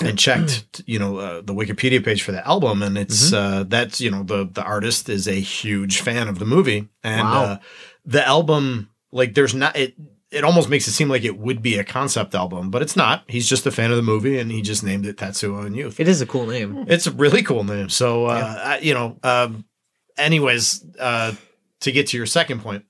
C: and checked, you know, uh, the Wikipedia page for the album, and
A: Mm-hmm.
C: it's uh, that's you know the the artist is a huge fan of the movie, and
A: Wow.
C: uh, the album like there's not it. It almost makes it seem like it would be a concept album, but it's not. He's just a fan of the movie, and he just named it Tatsuo and Youth.
A: It is a cool
B: (laughs)
A: name.
C: It's a really cool name. So, uh, I, you know, um, anyways, uh, to get to your second point,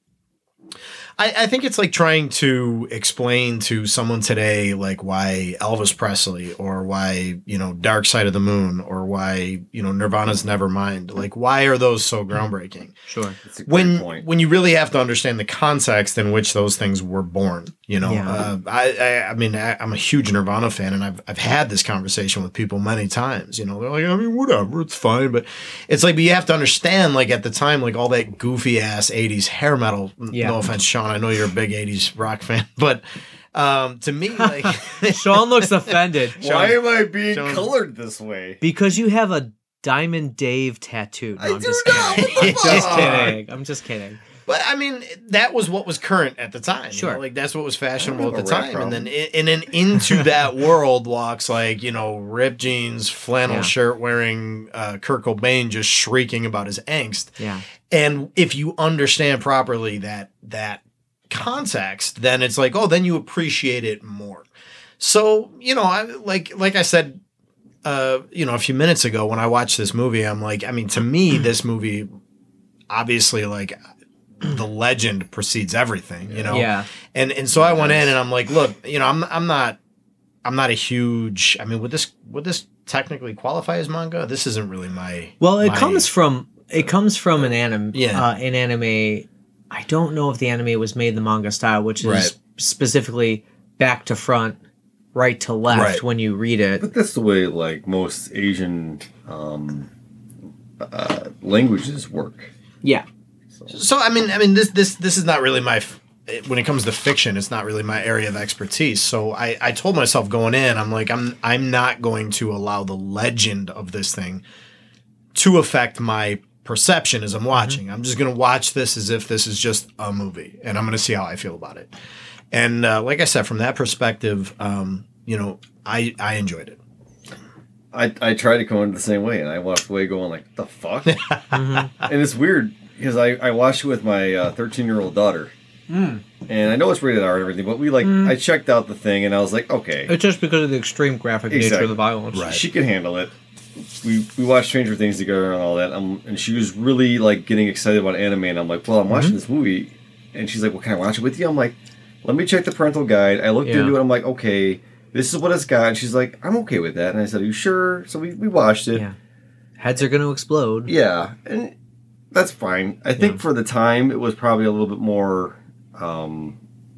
C: I, I think it's like trying to explain to someone today, like why Elvis Presley or why, you know, Dark Side of the Moon or why, you know, Nirvana's Nevermind. Like, why are those so groundbreaking?
A: Sure.
B: It's a great
C: when
B: point.
C: when you really have to understand the context in which those things were born. You know,
A: Yeah.
C: uh, I, I I mean I, I'm a huge Nirvana fan, and I've I've had this conversation with people many times. You know, they're like, I mean, whatever, it's fine, but it's like, but you have to understand, like at the time, like all that goofy ass '80s hair metal. n-
A: Yeah.
C: No offense, Sean, I know you're a big '80s rock fan, (laughs) but um, to
A: (laughs)
C: me, like.
A: Sean looks
B: (laughs)
A: offended
B: Why am I being
C: Sean-
B: colored this way?
A: because you have a Diamond Dave tattoo. No,
B: I
A: I'm
B: do
A: just (laughs)
B: not.
A: kidding.
B: What the
C: (laughs)
A: just
B: fuck?
A: kidding. I'm just kidding.
C: But I mean, that was what was current at the time. Sure,
A: Sure.
C: like that's what was fashionable at the
B: I don't have a
C: time.
B: rap
C: And then, i- and then
B: (laughs)
C: into that world walks like you know, ripped jeans, flannel
A: Yeah.
C: shirt wearing uh, Kurt Cobain, just shrieking about his angst.
A: Yeah.
C: And if you understand properly that that context, then it's like, oh, then you appreciate it more. So you know, I like like I said, uh, you know, a few minutes ago when I watched this movie, I'm like, I mean,
A: (clears throat)
C: to me, this movie, obviously, like the legend precedes everything, you know.
A: Yeah.
C: And and so I went in and I'm like, look, you know, I'm I'm not I'm not a huge. I mean, would this would this technically qualify as manga? This isn't really my
A: Well, it
C: my-
A: comes from it comes from an anime.
C: Yeah.
A: uh, an anime. I don't know if the anime was made in the manga style, which is
C: Right.
A: specifically back to front, right to left
C: Right.
A: when you read it.
B: But that's the way like most Asian um, uh, languages work.
A: Yeah,
C: So I mean, I mean, this this this is not really my. f- When it comes to fiction, it's not really my area of expertise. So I, I told myself going in, I'm like, I'm I'm not going to allow the legend of this thing to affect my perception as I'm watching. I'm just going to watch this as if this is just a movie, and I'm going to see how I feel about it. And uh, like I said, from that perspective, um, you know, I I enjoyed it.
B: I, I tried to come in the same way, and I walked away going like,
A: (laughs) Mm-hmm.
B: "The fuck!" and it's weird because I, I watched it with my thirteen year old uh, daughter,
A: Hmm.
B: And I know it's rated R and everything, but we like I checked out the thing and I was like, okay,
A: It's just because of the extreme graphic nature
B: Exactly.
A: of the violence.
C: Right.
B: she can handle it. We we watched Stranger Things together and all that, um, and she was really like getting excited about anime, and I'm like, well, I'm
A: Mm-hmm.
B: watching this movie, and she's like, well, can I watch it with you? I'm like, let me check the parental guide. I looked
A: Yeah.
B: into it. I'm like, okay, this is what it's got, and she's like, I'm okay with that, and I said, are you sure? So we we watched it.
A: Yeah. Heads are going to explode.
B: Yeah, and that's fine. I think for the time, it was probably a little bit more um,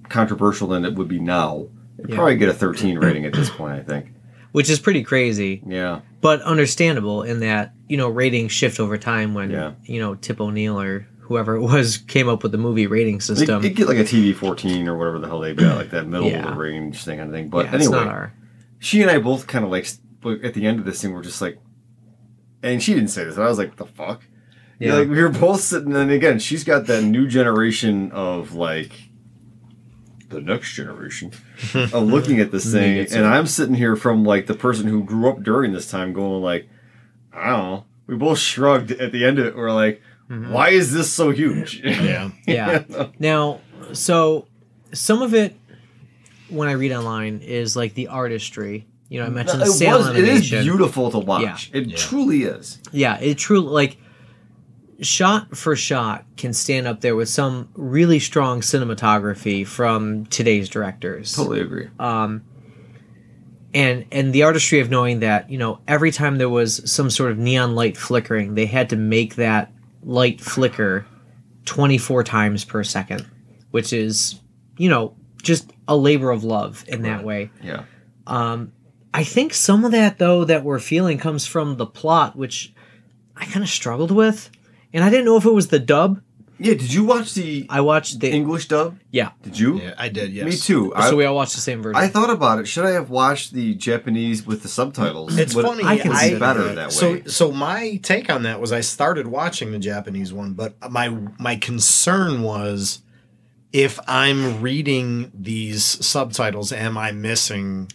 B: controversial than it would be now. It'd
A: Yeah.
B: probably get a 13 rating at this point, I think.
A: Which is pretty crazy,
B: Yeah,
A: but understandable in that, you know, ratings shift over time when,
B: Yeah.
A: you know, Tip O'Neill or whoever it was came up with the movie rating
B: it,
A: system.
B: would get like a TV 14 or whatever the hell they got, like that middle of
A: Yeah.
B: the range thing kind of thing. But
A: Yeah, it's not
B: anyway,
A: our.
B: she and I both kind of like s- but at the end of this thing, we're just like, and she didn't say this, and I was like, the fuck. Yeah.
A: Yeah.
B: like we were both sitting, and again, she's got that new generation of like the next
A: (laughs)
B: generation of looking at this thing,
A: Negative.
B: and I'm sitting here from like the person who grew up during this time, going like, I don't know. We both shrugged at the end of it. We're like, why is this so huge?
C: Yeah.
A: Mm-hmm.
B: (laughs)
A: Yeah. Now, so some of it when I read online is like the artistry. You know, I mentioned
B: it
A: the sail
B: was. It
A: animation.
B: is beautiful to watch. It
C: Yeah.
B: truly is.
A: Yeah, it truly like shot for shot can stand up there with some really strong cinematography from today's directors.
B: Totally agree.
A: And and the artistry of knowing that, you know, every time there was some sort of neon light flickering, they had to make that light flicker 24 times per second, which is, you know, just a labor of love in that way.
B: yeah.
A: I think some of that though that we're feeling comes from the plot, which I kind of struggled with, and I didn't know if it was the dub.
B: Yeah. Did you watch the
A: I watched the
B: English dub?
A: yeah,
B: Did you?
C: Yeah, I did, yes.
B: Me too. I,
A: so we all watched the same version.
B: I thought about it. Should I have watched the Japanese with the subtitles?
C: It's
B: Would-
C: funny.
A: I can
B: it's
A: see
B: better
A: that.
B: that, way.
C: So, so my take on that was I started watching the Japanese one, but my my concern was if I'm reading these subtitles, am I missing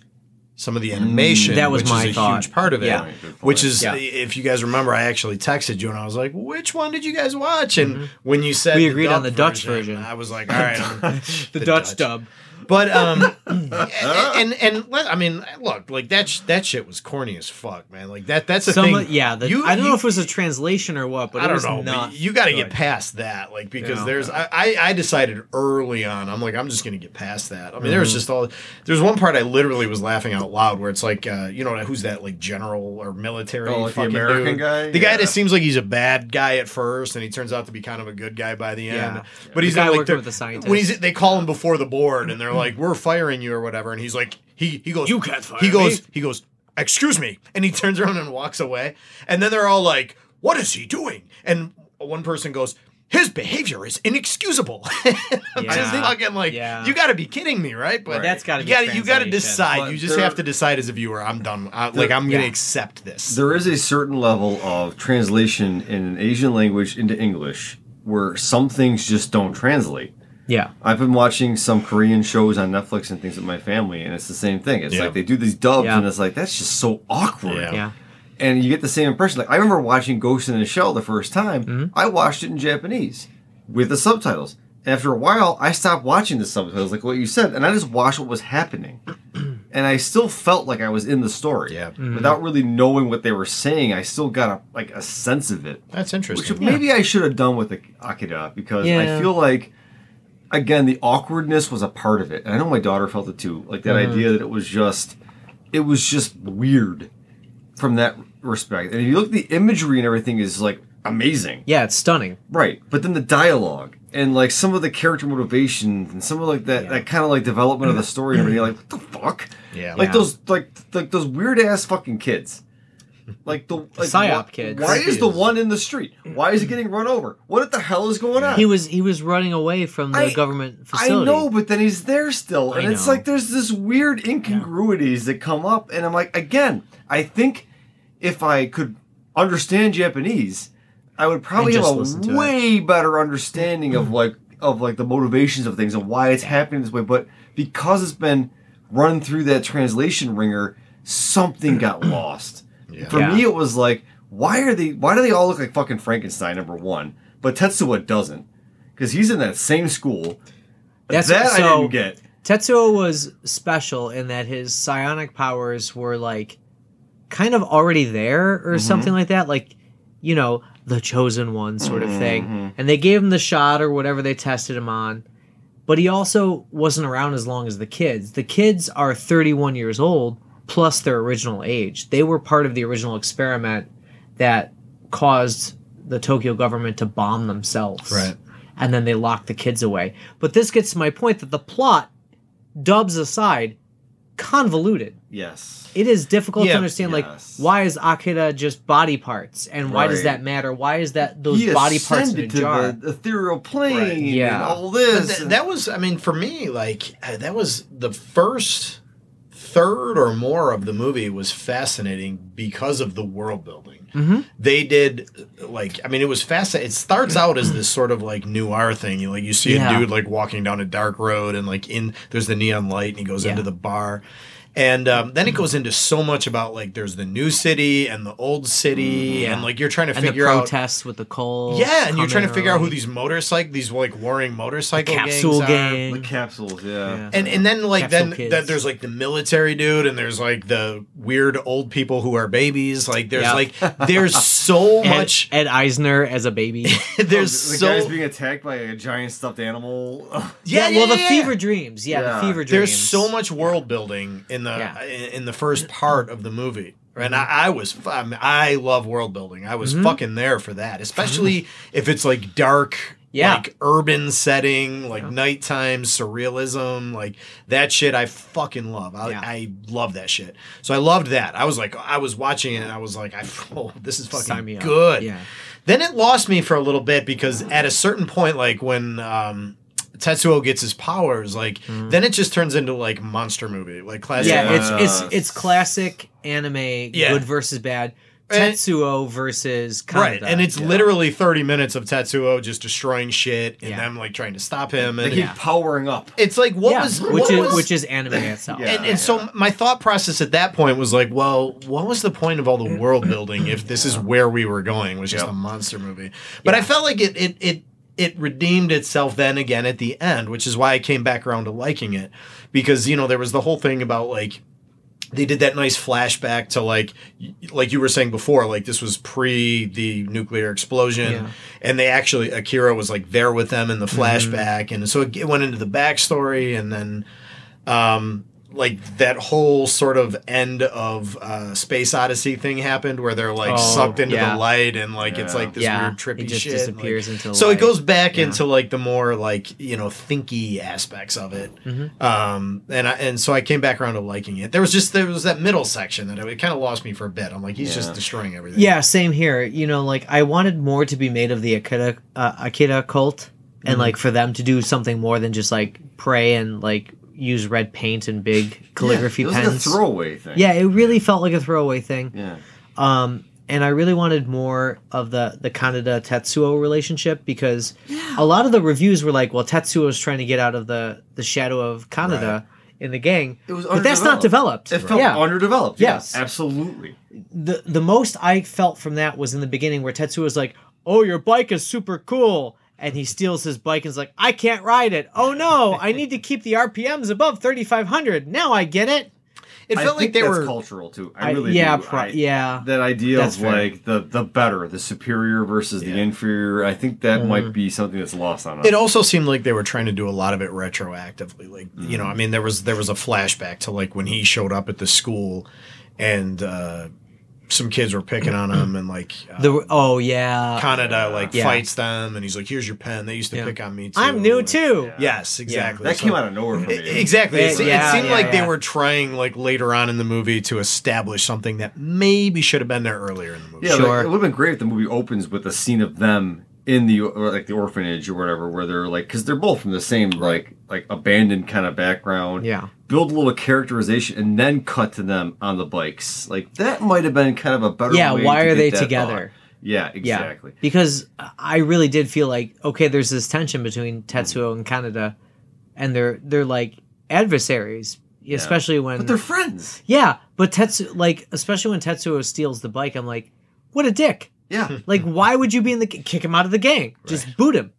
C: some of the animation?
A: Mm, That was
C: which
A: my
C: is a
A: thought.
C: huge part of it.
A: Yeah.
B: Right, good point.
C: Which is,
A: Yeah.
C: if you guys remember, I actually texted you and I was like, "Which one did you guys watch?" And when you said
A: Mm-hmm. We
C: the
A: agreed
C: dub
A: on the Dutch version.
C: I was like,
A: (laughs)
C: "All right, I'm-
A: the,
C: the
A: Dutch,
C: Dutch.
A: dub.
C: But
B: (laughs)
C: um, and and, and let- I mean, look, like that sh- that shit was corny as fuck, man. Like that that's the
A: Some
C: thing.
A: of- yeah, the, I don't know if it was a translation or what, but
C: I
A: it
C: don't
A: was
C: know.
A: not.
C: but you got to get
A: good.
C: past that, like because
A: Yeah.
C: there's. I, I I decided early on. I'm like, I'm just gonna get past that. I mean,
A: Mm-hmm.
C: there was just all. There's one part I literally was laughing out loud where it's like, uh, you know, who's that like general or military?
B: Oh, like the
C: fucking
B: American
C: dude?
B: guy?
C: The guy
B: Yeah.
C: that seems like he's a bad guy at first, and he turns out to be kind of a good guy by the end.
A: Yeah.
C: But he's
A: The guy
C: not like
A: working
C: they're-
A: with the scientist.
C: When he's they call him before the board, and they're like, "We're firing you" or whatever, and he's like, he he goes,
A: Mm-hmm. You can't fire
C: He goes,
A: me.
C: he goes, excuse me, and he turns around and walks away, and then they're all like, "What is he doing?" And one person goes. His behavior is inexcusable. (laughs) I'm just
A: Yeah.
C: fucking like,
A: Yeah.
C: you got to be kidding me, right? But
A: That's gotta
C: you
A: be
C: gotta- you got to
A: translation.
C: decide.
B: But
C: you just
B: there-
C: have to decide as a viewer. I'm done. I, like I'm gonna
A: yeah.
C: accept this.
B: there is a certain level of translation in an Asian language into English where some things just don't translate.
A: Yeah,
B: I've been watching some Korean shows on Netflix and things with my family, and it's the same thing. It's
C: Yeah.
B: like they do these dubs,
A: Yeah.
B: and it's like that's just so awkward.
C: Yeah.
A: yeah,
B: and you get the same impression. Like I remember watching Ghost in the Shell the first time. I watched it in Japanese with the subtitles. And after a while, I stopped watching the subtitles, like what you said, and I just watched what was happening. and I still felt like I was in the story,
C: Yeah.
B: without really knowing what they were saying. I still got a, like a sense of it,
C: That's
B: which
C: interesting.
B: maybe I should have done with the Akira because
A: Yeah.
B: I feel like. Again, the awkwardness was a part of it, and I know my daughter felt it too. Like that idea that it was just, it was just weird from that respect. And if you look, the imagery and everything is like amazing,
A: yeah. It's stunning.
B: right? But then the dialogue and like some of the character motivation and some of like that that kind of like development of the story and everything, you're like what the fuck?
C: Yeah.
B: like
A: Yeah.
B: those like like those weird ass fucking kids. Like the like,
A: Psyop
B: wha-
A: kids.
B: Why is the
C: Creepy as-
B: one in the street? Why is he getting run over? What the hell is going on?
A: He was he was running away from the
B: I-
A: government facility.
B: I know, but then he's there still,
A: I
B: and it's
A: know.
B: like there's this weird incongruities that come up, and I'm like, again, I think if I could understand Japanese, I would probably
A: And
B: have
A: just listen to
B: a
A: it.
B: way better understanding of like of like the motivations of things and why it's happening this way. But because it's been run through that translation ringer, something
A: (clears throat)
B: got lost. For
A: Yeah.
B: me, it was like, why are they? Why do they all look like fucking Frankenstein? Number one, but Tetsuo doesn't, because he's in that same school.
A: That's
B: that I
A: so-
B: didn't get.
A: Tetsuo was special in that his psionic powers were like kind of already there or
B: Mhm.
A: something like that, like you know, the chosen one sort of thing. And they gave him the shot or whatever they tested him on. But he also wasn't around as long as the kids. The kids are 31 years old plus their original age. They were part of the original experiment that caused the Tokyo government to bomb themselves
C: Right.
A: and then they lock the kids away. But this gets to my point that the plot, dubs aside, convoluted.
B: Yes.
A: It is difficult
C: Yeah,
A: to understand,
B: yes.
A: like why is Akira just body parts, and why does
B: Right.
A: that matter? Why is that those
B: He
A: body parts in a
B: ascended to
A: jar?
B: the ethereal plane
C: Right.
B: and
A: Yeah.
B: all
C: But
B: this.
C: th- that was, I mean, for me, like uh, that was the first third or more of the movie was fascinating because of the world building.
A: Mhm.
C: They did uh, like, I mean, it was fascinating. It starts out as this sort of like noir thing. You like you see
A: Yeah.
C: a dude like walking down a dark road and like in there's the neon light and he goes
A: Yeah.
C: into the bar. And um, then it goes into so much about like there's the new city and the old city and like you're trying to
A: Mm-hmm. and the
C: figure out
A: protests with the coal.
C: yeah, and you're trying to
A: coming
C: figure out who
A: early.
C: these motorcycle, these like warring motorcycle
A: capsule
C: gangs are.
A: gang.
B: the capsules, yeah. Oh,
A: Yeah.
C: And and then like
A: Capsule
C: then
A: kids.
C: that there's like the military dude, and there's like the weird old people who are babies. Like there's
A: Yeah.
C: like
A: (laughs)
C: there's so
A: Ed,
C: much. (laughs)
A: Ed Eisner as a baby.
C: There's
B: Oh, the
C: so
B: guy's being attacked by a giant stuffed animal. (laughs)
C: yeah,
A: well,
C: yeah,
A: the
C: yeah, yeah.
A: fever dreams. Yeah,
B: Yeah.
A: the fever dreams.
C: There's so much world building in the
A: Yeah.
C: in, in the first part of the movie. And I, I was, fu- I, mean, I love world building. I
A: Mm-hmm.
C: was fucking there for that, especially if it's like dark,
A: Yeah.
C: like urban setting, like nighttime surrealism, like that shit. I fucking love. I,
A: Yeah.
C: I love that shit. So I loved that. I was like, I was watching it, and I was like, I, (laughs) oh, this is
A: Sign me
C: fucking
A: up.
C: good
A: Yeah.
C: then it lost me for a little bit because at a certain point like when um Tetsuo gets his powers, like then it just turns into like monster movie, like classic.
A: yeah,
C: monster-
A: it's it's
B: Yeah.
A: it's classic anime
C: Yeah.
A: good versus bad.
C: And-
A: Tetsuo versus Kaneda.
C: right, and it's literally thirty minutes of Tetsuo just destroying shit and
A: Yeah.
C: them like trying to stop him,
B: they
C: and
B: keep powering up.
C: it's like what
A: yeah,
C: was
A: which
C: what
A: is
C: was-
A: which is anime itself.
B: Yeah.
C: and, and so my thought process at that point was like, well, what was the point of all the world building if this is where we were going, was just
B: Yep.
C: a monster movie? But I felt like it it it it redeemed itself then again at the end, which is why I came back around to liking it because you know there was the whole thing about like they did that nice flashback to like y- like you were saying before like this was pre the nuclear explosion
A: Yeah. Mm-hmm.
C: and they actually akira was like there with them in the flashback and so it g- went into the backstory and then um like that whole sort of end of uh space odyssey thing happened where they're like
A: Oh,
C: sucked into
A: yeah.
C: the light and like it's
B: Yeah.
C: like this
A: Yeah,
C: weird trippy
A: it just
C: shit and, like-
A: disappears into
C: so
A: light.
C: it goes back into like the more like you know thinky aspects of it
B: Mm-hmm.
C: um and i and so i came back around to liking it there was just there was that middle section that it kind of lost me for a bit i'm like he's just
B: Yeah.
C: destroying everything
A: Yeah, same here. You know, like I wanted more to be made of the Akira uh, Akira cult, and
B: Mm-hmm.
A: like for them to do something more than just like pray and like use red paint and big calligraphy
B: it was
A: pens.
B: like a throwaway thing.
A: yeah, it really felt like a throwaway thing.
B: Yeah.
A: Um, and I really wanted more of the the Kaneda Tetsuo relationship because a lot of the reviews were like, "Well, Tetsuo is trying to get out of the the shadow of Kaneda in the gang,"
B: It was
A: but that's not developed.
B: It felt
A: yeah,
B: underdeveloped.
A: Yes.
B: Yes. absolutely.
A: the the most I felt from that was in the beginning where Tetsuo was like, "Oh, your bike is super cool." And he steals his bike and is like, I can't ride it. Oh no, I need to keep the RPMs above 3,500. Now I get it.
C: it
B: I
C: felt like
B: think
C: they
B: that's
C: were
B: cultural too. I
A: I-
B: really
A: yeah,
B: do.
A: pro-
B: I-
A: yeah.
B: That idea
A: That's
B: of
A: fair.
B: like the the better, the superior versus the inferior. I think that might be something that's lost on us.
C: it also seemed like they were trying to do a lot of it retroactively like you
B: Mm.
C: know i mean there was there was a flashback to like when he showed up at the school and uh some kids were picking on him and like uh,
A: The oh yeah,
C: Canada like
A: Yeah.
C: fights them and he's like here's your pen they used to
A: Yeah.
C: pick on me too
A: I'm new too.
C: yes exactly
B: that
C: So-
B: came out of nowhere
A: e-,
B: for me.
C: Exactly. It's-
A: Yeah,
C: it seemed
A: yeah,
C: like
A: yeah.
C: they were trying, like later on in the movie, to establish something that maybe should have been there earlier in the movie.
B: Yeah, like,
A: Sure.
B: it would have been great if the movie opens with a scene of them in the or like the orphanage or whatever, where they're like, because they're both from the same like like abandoned kind of background.
A: Yeah.
B: build a little characterization and then cut to them on the bikes. Like that might have been kind of a better.
A: Yeah,
B: way
A: why
B: to
A: are
B: get
A: they
B: that
A: together?
B: thought. Yeah,
A: Yeah,
B: exactly.
A: Because I really did feel like okay, there's this tension between Tetsuo and Kaneda, and they're they're like adversaries, especially when
B: But they're friends.
A: yeah. But Tetsu like especially when Tetsuo steals the bike, I'm like, what a dick! (laughs)
B: Yeah. Mm-hmm.
A: Like, why would you be in the kick him out of the gang? Just boot him.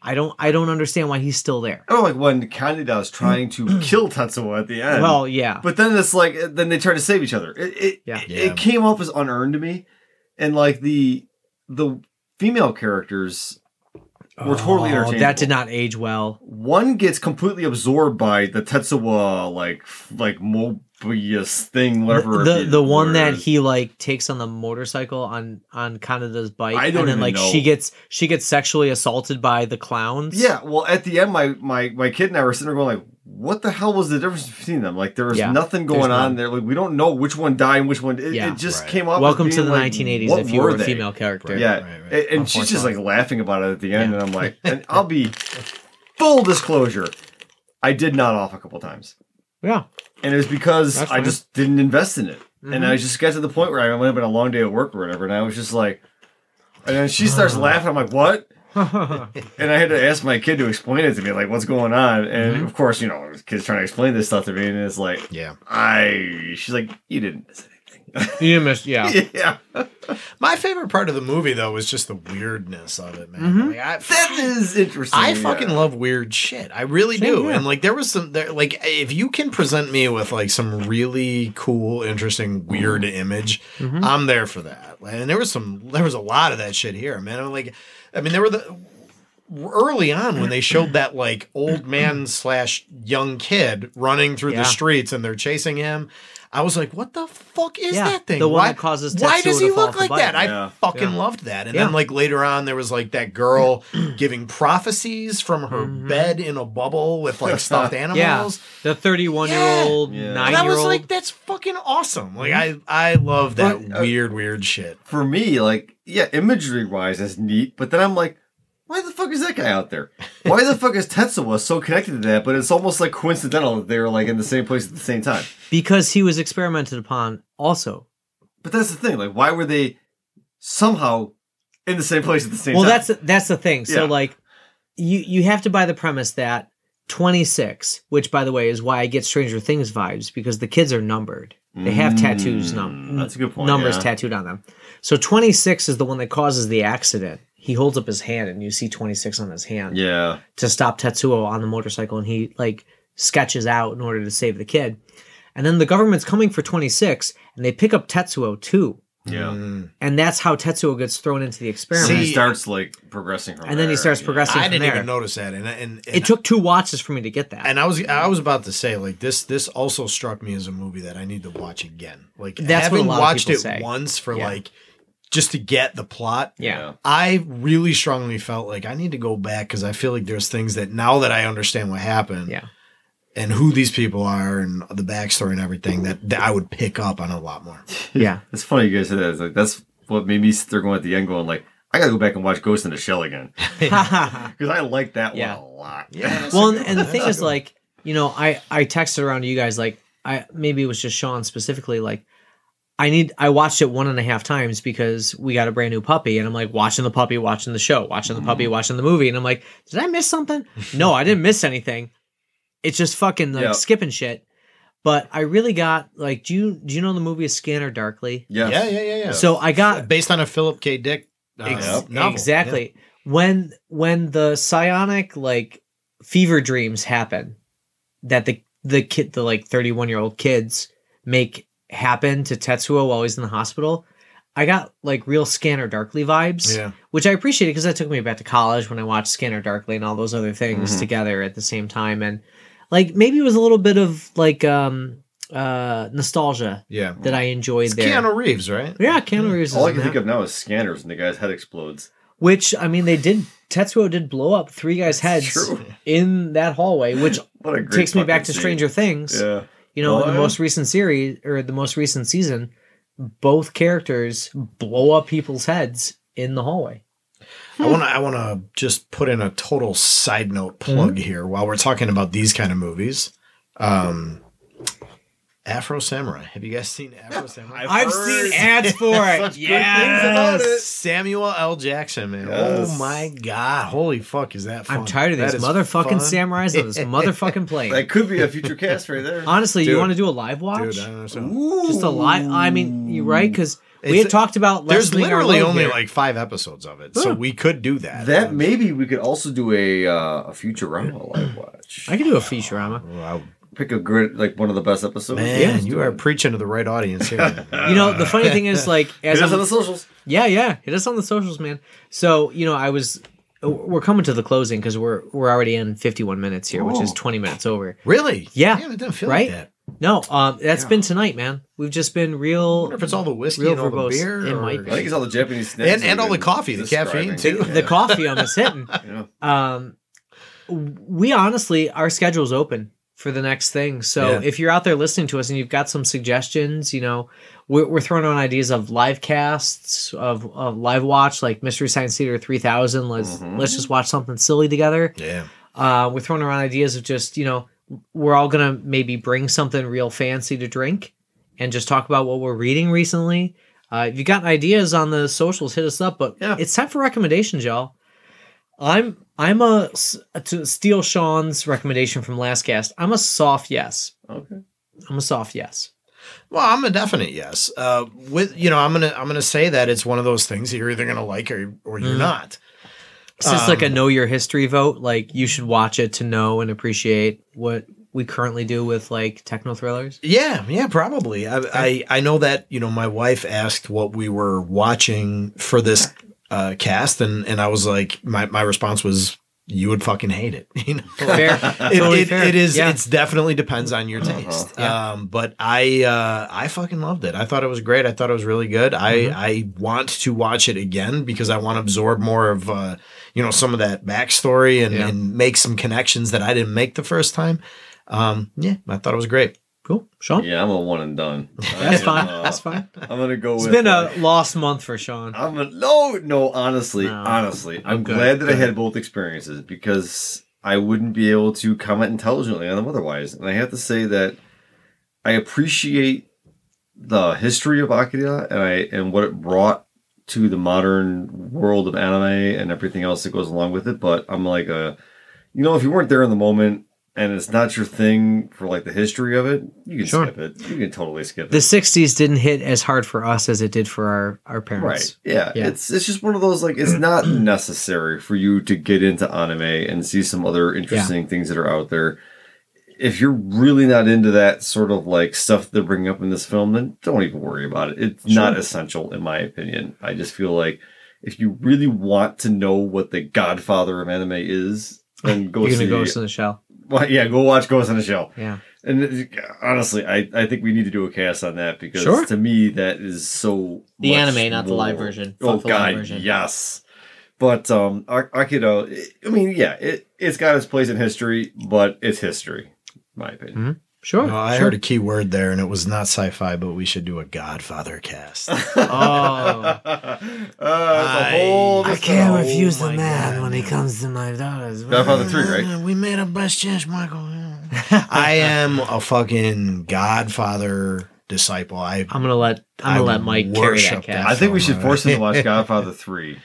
A: I don't I don't understand why he's still there.
B: Oh, like when Kaneda is trying to kill Tetsuo at the end.
A: Well, yeah.
B: But then it's like then they try to save each other. It it,
A: Yeah.
B: it,
C: Yeah.
B: it came off as unearned to me, and like the the female characters,
C: Oh,
B: were totally interchangeable.
A: Oh, That did not age well.
B: one gets completely absorbed by the Tetsuo like f- like Mobius thing, whatever.
A: the
B: it
A: the one that
B: was.
A: he like takes on the motorcycle on on Kanada's bike
B: I
A: and then
B: don't even
A: like
B: know.
A: she gets she gets sexually assaulted by the clowns.
B: Yeah, well, at the end, my my my kid and I were sitting there going like, "What the hell was the difference between them? Like, there was
A: Yeah,
B: nothing going
A: there's
B: on
A: none.
B: there. Like, we don't know which one died and which one. It,
A: Yeah,
B: it just
C: right.
B: came off. as
A: Welcome to
B: being,
A: the
B: like,
A: 1980s
B: what
A: if you were a
B: they?
A: female character.
C: Right,
B: Yeah,
C: right, right.
B: and, and she's just like
C: Unfortunately.
B: laughing about it at the end,
A: Yeah.
B: and I'm like, and I'll be full disclosure, I did not off a couple times,
A: Yeah.
B: and it was because
A: That's Mm-hmm.
B: I
A: fine.
B: just didn't invest in it, and I just got to the point where I went up on a long day at work or whatever, and I was just like, and then she starts laughing. I'm like, what?
A: Mm-hmm.
C: (laughs)
B: and I had to ask my kid to explain it to me, like what's going on. And of course, you know, this kids trying to explain this stuff to me, and it's like,
C: Yeah.
B: I. She's like, you didn't miss anything.
A: you missed
B: (laughs)
A: yeah.
B: yeah,
C: My favorite part of the movie though was just the weirdness of it, man.
A: Mm-hmm.
C: Like, I,
B: that is interesting.
C: I
B: yeah.
C: fucking love weird shit. I really
A: Same
C: do.
A: here.
C: And like there was some there like if you can present me with like some really cool, interesting, weird
A: Mm-hmm.
C: image, I'm there for that. And there was some there was a lot of that shit here, man. I'm like I mean there were the early on when they showed that like old man slash young kid running through
A: Yeah.
C: the streets and they're chasing him. I was like, what the fuck is
A: Yeah,
C: that thing?
A: the one that causes
C: Why
A: Tetsuo
C: does
A: to
C: he
A: fall off
C: look
A: the
C: like
A: bike.
C: that? I
B: Yeah.
C: fucking
A: Yeah.
C: loved that. And
A: Yeah.
C: then like later on there was like
A: (clears throat)
C: that girl giving prophecies from her bed in a bubble
A: (laughs)
C: with like stuffed
A: Mm-hmm. Yeah.
C: animals.
A: The 31 year old,
B: Yeah. Yeah.
A: nine
C: And I
A: year
C: was
A: old.
C: like, that's fucking awesome. Like
A: Mm-hmm.
C: I I love that
B: But, uh,
C: weird, weird shit.
B: for me, like, yeah, imagery wise, that's neat. But then I'm like, why the fuck is that guy out there? Why the fuck is Tetsuo so connected to that? But it's almost like coincidental that they were like in the same place at the same time.
A: because he was experimented upon also.
B: But that's the thing. Like, why were they somehow in the same place at the same
A: Well,
B: time?
A: that's that's the thing. So
B: Yeah.
A: like you you have to buy the premise that 26, which by the way is why I get Stranger Things vibes because the kids are numbered. They have tattoos num-
B: Mm, that's a good point,
A: numbers
B: yeah.
A: tattooed on them. So 26 is the one that causes the accident. He holds up his hand and you see 26 on his hand
B: yeah.
A: to stop Tetsuo on the motorcycle and he like sketches out in order to save the kid. And then the government's coming for 26 and they pick up Tetsuo too.
B: Yeah.
C: Mm.
A: And that's how Tetsuo gets thrown into the experiment.
B: And he
C: See-
B: starts like progressing from
A: and then he
B: there,
A: starts
B: yeah.
A: progressing
C: I
A: from
C: didn't
A: there.
C: even notice that. And and, and
A: it took two watches for me to get that.
C: and I was I was about to say like this this also struck me as a movie that I need to watch again. Like
A: That's what a
C: having
A: lot of
C: watched
A: people
C: it
A: say.
C: once for
A: Yeah.
C: like just to get the plot.
A: yeah.
C: I really strongly felt like I need to go back because I feel like there's things that now that I understand what happened
A: Yeah.
C: and who these people are and the backstory and everything that, that I would pick up on a
A: (laughs)
C: lot more.
A: Yeah.
B: It's funny you guys said that. It's like that's what made me sit there going at the end, going like, I gotta go back and watch Ghost in the Shell again because I like that
A: Yeah.
B: one a lot.
A: (laughs) well, and, and the thing is, like, you know, I I texted around to you guys, like, I maybe it was just Sean specifically, like, I need I watched it one and a half times because we got a brand new puppy, and I'm like watching the puppy, watching the show, watching the puppy, watching the movie, and I'm like, did I miss something? no, I didn't miss anything. It's just fucking like
B: Yeah.
A: skipping shit. But I really got like, do you do you know the movie Scanner Darkly?
B: Yes.
C: yeah, yeah, yeah, yeah.
A: So I got
C: based on a Philip K. Dick uh,
A: Ex-
C: novel.
A: Exactly. When when the psionic like fever dreams happen that the the kid the like 31 year old kids make happen to Tetsuo while he's in the hospital, I got like real Scanner Darkly vibes,
C: Yeah.
A: which I appreciated because that took me back to college when I watched Scanner Darkly and all those other things
C: Mm-hmm.
B: Mhm.
A: together at the same time and like maybe it was a little bit of like um uh nostalgia
C: Yeah.
A: that I enjoyed
C: It's
A: there.
C: Keanu Reeves, right?
A: yeah, Keanu Reeves is
B: All I
A: in
B: can
A: that.
B: think of now is scanners, and the guy's head explodes.
A: Which I mean, they did. Tetsuo did blow up three guys' heads
B: true.
A: in that hallway,
C: (laughs)
A: which
B: (laughs) What a great
A: takes me back
B: fucking
A: to
B: scene.
A: Stranger Things.
B: Yeah.
A: You know, in the
B: Oh,
A: most recent series or the most recent season, both characters blow up people's heads in the hallway.
C: I want to I want to just put in a total side note plug
A: Mm-hmm.
C: here while we're talking about these kind of movies. Um Afro Samurai. Have you guys seen
A: (laughs)
C: Afro Samurai?
B: I've
C: (laughs)
B: seen
A: ads for it.
B: about it.
C: Samuel L. Jackson, man. Oh
B: Yes.
C: my god. Holy fuck, is that fun?
A: I'm tired of
C: That
A: these
C: is
A: motherfucking
C: fun.
A: samurais
C: (laughs)
A: on this motherfucking plane. (laughs)
B: That could be a future cast right there.
A: Honestly, you
C: Dude.
A: want to do a live watch?
C: Dude, I don't understand.
B: Ooh.
A: Just a live. I mean, you right because we
C: It's-
A: had talked about
C: There's
A: lessening our
C: literally
A: load
C: only
A: here.
C: like five episodes of it, so
A: Huh.
C: we could do that.
B: That maybe we could also do a uh, a Futurama live watch.
A: I could do a Futurama.
C: Wow.
B: pick a good like one of the best episodes.
C: Man,
A: Yeah,
C: you are preaching to the right audience here.
A: (laughs) You know, the funny thing is like as
B: (laughs) Hit us
A: I'm-
B: on the socials.
A: Yeah, yeah, it is on the socials, man. So you know, I was we're coming to the closing because we're we're already in 51 minutes here, which is
B: Oh.
A: 20 minutes over.
C: (laughs) really?
A: Yeah,
C: Damn, it doesn't feel
A: right?
C: like that.
A: No, um, that's
B: Yeah.
A: been tonight, man. We've just been
C: I wonder
A: real.
C: if it's all the whiskey
A: Real
C: and all the
A: verbose.
C: beer.
A: It
C: or-
A: might
B: I
A: be.
B: think it's all the Japanese snacks
C: and,
B: that
C: and all the
B: we've been
C: coffee, the
B: describing.
C: caffeine too.
A: The coffee on the sitting.
B: Yeah.
A: Um, we honestly, our schedule's open for the next thing. So
C: Yeah.
A: if you're out there listening to us and you've got some suggestions, you know, we're, we're throwing on ideas of live casts of, of live watch, like Mystery Science Theater 3000. Let's
B: Mhm.
A: let's just watch something silly together.
C: Yeah.
A: Uh, we're throwing around ideas of just, you know, we're all going to maybe bring something real fancy to drink and just talk about what we're reading recently. Uh, if you got ideas on the socials, hit us up. But
B: Yeah.
A: it's time for recommendations, y'all. I'm I'm a s- to steal Sean's recommendation from last cast. I'm a soft yes.
B: Okay.
A: I'm a soft yes.
C: Well, I'm a definite yes. Uh, with you know, I'm gonna I'm gonna say that it's one of those things that you're either gonna like or or you're
A: Mhm.
C: not.
A: It's just like a
C: Um,
A: know your history vote. Like you should watch it to know and appreciate what we currently do with like techno thrillers.
C: Yeah, yeah, probably. I, I I know that you know my wife asked what we were watching for this uh, cast, and and I was like, my my response was, you would fucking hate it. (laughs) You know,
A: Fair, (laughs)
C: It,
A: Totally
C: it,
A: fair.
C: it is.
A: Yeah.
C: It's definitely depends on your
B: Uh-huh.
C: taste.
A: Yeah.
C: Um, but I, uh, I fucking loved it. I thought it was great. I thought it was really good.
A: Mhm.
C: I, I want to watch it again because I want to absorb more of, uh, you know, some of that backstory and,
A: Yeah.
C: and make some connections that I didn't make the first time. Um, yeah, I thought it was great.
A: cool, Sean.
B: Yeah, I'm a one and done.
A: Oh.
B: (laughs)
A: That's
B: I
A: fine.
B: am, uh,
A: That's fine.
B: I'm gonna go
A: It's
B: with.
A: been
B: uh,
A: a lost month for Sean.
B: I'm a, no, no. Honestly,
A: No.
B: honestly, I'm
A: Okay,
B: glad that I
A: good.
B: had both experiences because I wouldn't be able to comment intelligently on them otherwise. And I have to say that I appreciate the history of Akira and I and what it brought to the modern world of anime and everything else that goes along with it. But I'm like a, you know, if you weren't there in the moment. And it's not your thing for like the history of it. You can
A: Sure.
B: skip it. You can totally skip it.
A: The '60s didn't hit as hard for us as it did for our our parents.
B: Right. Yeah.
A: Yeah.
B: It's it's just one of those like it's
A: (clears throat)
B: not necessary for you to get into anime and see some other interesting things that are out there. If you're really not into that sort of like stuff they're bringing up in this film, then don't even worry about it. It's not
A: Sure.
B: essential, in my opinion. I just feel like if you really want to know what the Godfather of anime is,
A: (laughs)
B: then go
A: You're gonna
B: see.
A: Ghost in the Shell.
B: well, yeah, go watch Ghost in the Shell.
A: Yeah.
B: And it- honestly, I, I think we need to do a cast on that because
A: Sure.
B: to me that is so
A: The
B: much
A: anime, not the live version.
B: Oh
A: Fuck the
B: god,
A: live version.
B: yes. But um, Ak- Akito, I mean, yeah, it it's got its place in history, but it's history, in my opinion.
A: Sure.
C: Well, Uh, I
A: sure.
C: heard a key word there, and it was not sci-fi, but we should do a Godfather cast.
B: (laughs) uh, it's a whole.
C: I-
B: that's a
C: can't
B: whole-
C: refuse- Oh my God.
A: comes to my daughters.
B: (laughs) Godfather three, right?
C: Uh, We made our best chance, Michael. (laughs) I am a fucking Godfather disciple. I
A: I'm gonna let I'm
C: I
A: gonna let Mike carry that
C: worship
A: cast.
C: that.
B: I think we should
C: Alright.
B: force him to watch Godfather three,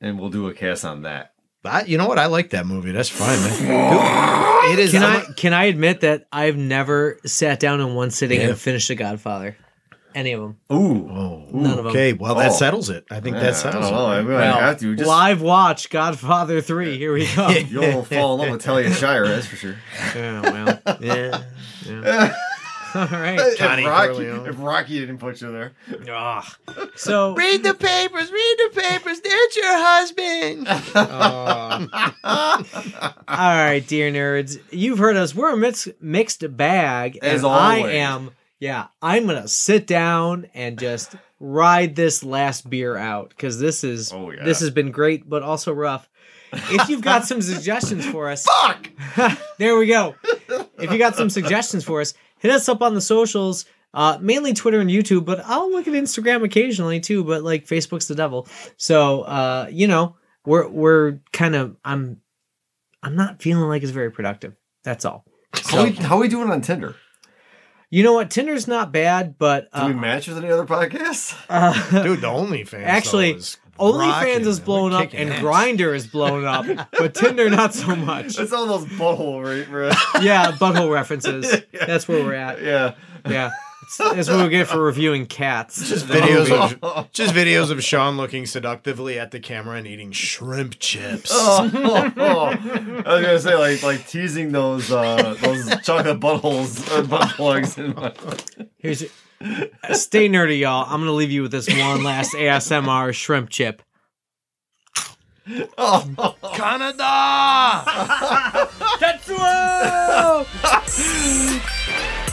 B: and we'll do a cast on (laughs) that.
C: I, you know what? I like that movie. That's fine,
B: (laughs)
C: man. Dude, it is.
A: Can
C: I'm
A: I can I admit that I've never sat down in one sitting
C: Yeah.
A: and finished The Godfather, any of them?
C: a-
B: Ooh,
C: oh,
A: None of 'em.
C: okay. Well, that
B: Oh.
C: settles it. I think that
B: Yeah, I
C: settles
B: don't know. I
C: it.
B: mean, I have to. Just,
A: live watch Godfather three. Here we
C: (laughs)
A: go.
B: (laughs) You'll fall in love with Talia Shire, that's for sure.
A: yeah, well, (laughs)
C: (laughs) Yeah.
A: all right.
C: Johnny
B: if, Rocky,
C: Corleone.
B: if Rocky didn't put you there. (laughs)
A: Ah. So
C: Read the papers. Read the papers. There's your husband.
A: uh,
B: Oh,
A: All right, dear nerds, you've heard us. We're a mix, mixed bag,
B: As
A: and I
B: always.
A: am. Yeah, I'm gonna sit down and just ride this last beer out because this is
B: Oh, yeah.
A: this has been great, but also rough. If you've
B: (laughs)
A: got some suggestions for us,
B: Fuck!
A: there we go. If you got some suggestions for us, hit us up on the socials, uh, mainly Twitter and YouTube, but I'll look at Instagram occasionally too. But like Facebook's the devil, so uh, you know we're we're kind of I'm I'm not feeling like it's very productive. That's all.
B: How we, how we doing on Tinder?
A: You know what? Tinder's not bad, but
B: Do
A: uh,
B: we match with any other
A: (laughs)
B: podcasts?
A: uh,
C: (laughs) Dude, the OnlyFans.
A: Actually,
C: though, is
A: OnlyFans
C: rocking,
A: is
C: man.
A: blown
C: We're
A: up
C: kicking
A: and
C: ass.
A: Grinder is blown up, but Tinder not so
C: (laughs)
A: much.
B: It's all those butthole,
C: (laughs)
B: right?
A: Yeah, butthole references. That's where we're at.
B: (laughs) yeah.
A: Yeah. That's what we get for reviewing cats.
C: Just videos
B: (laughs)
C: of (laughs) just videos of Sean looking seductively at the camera and eating shrimp chips.
B: Oh, oh, oh. I was gonna say like like teasing those uh, those chocolate buttholes uh, butt plugs. In my... (laughs)
A: Here's your- Uh, stay nerdy, y'all. I'm gonna leave you with this one last ASMR shrimp chip.
B: oh,
C: Canada!
A: Tetsuo!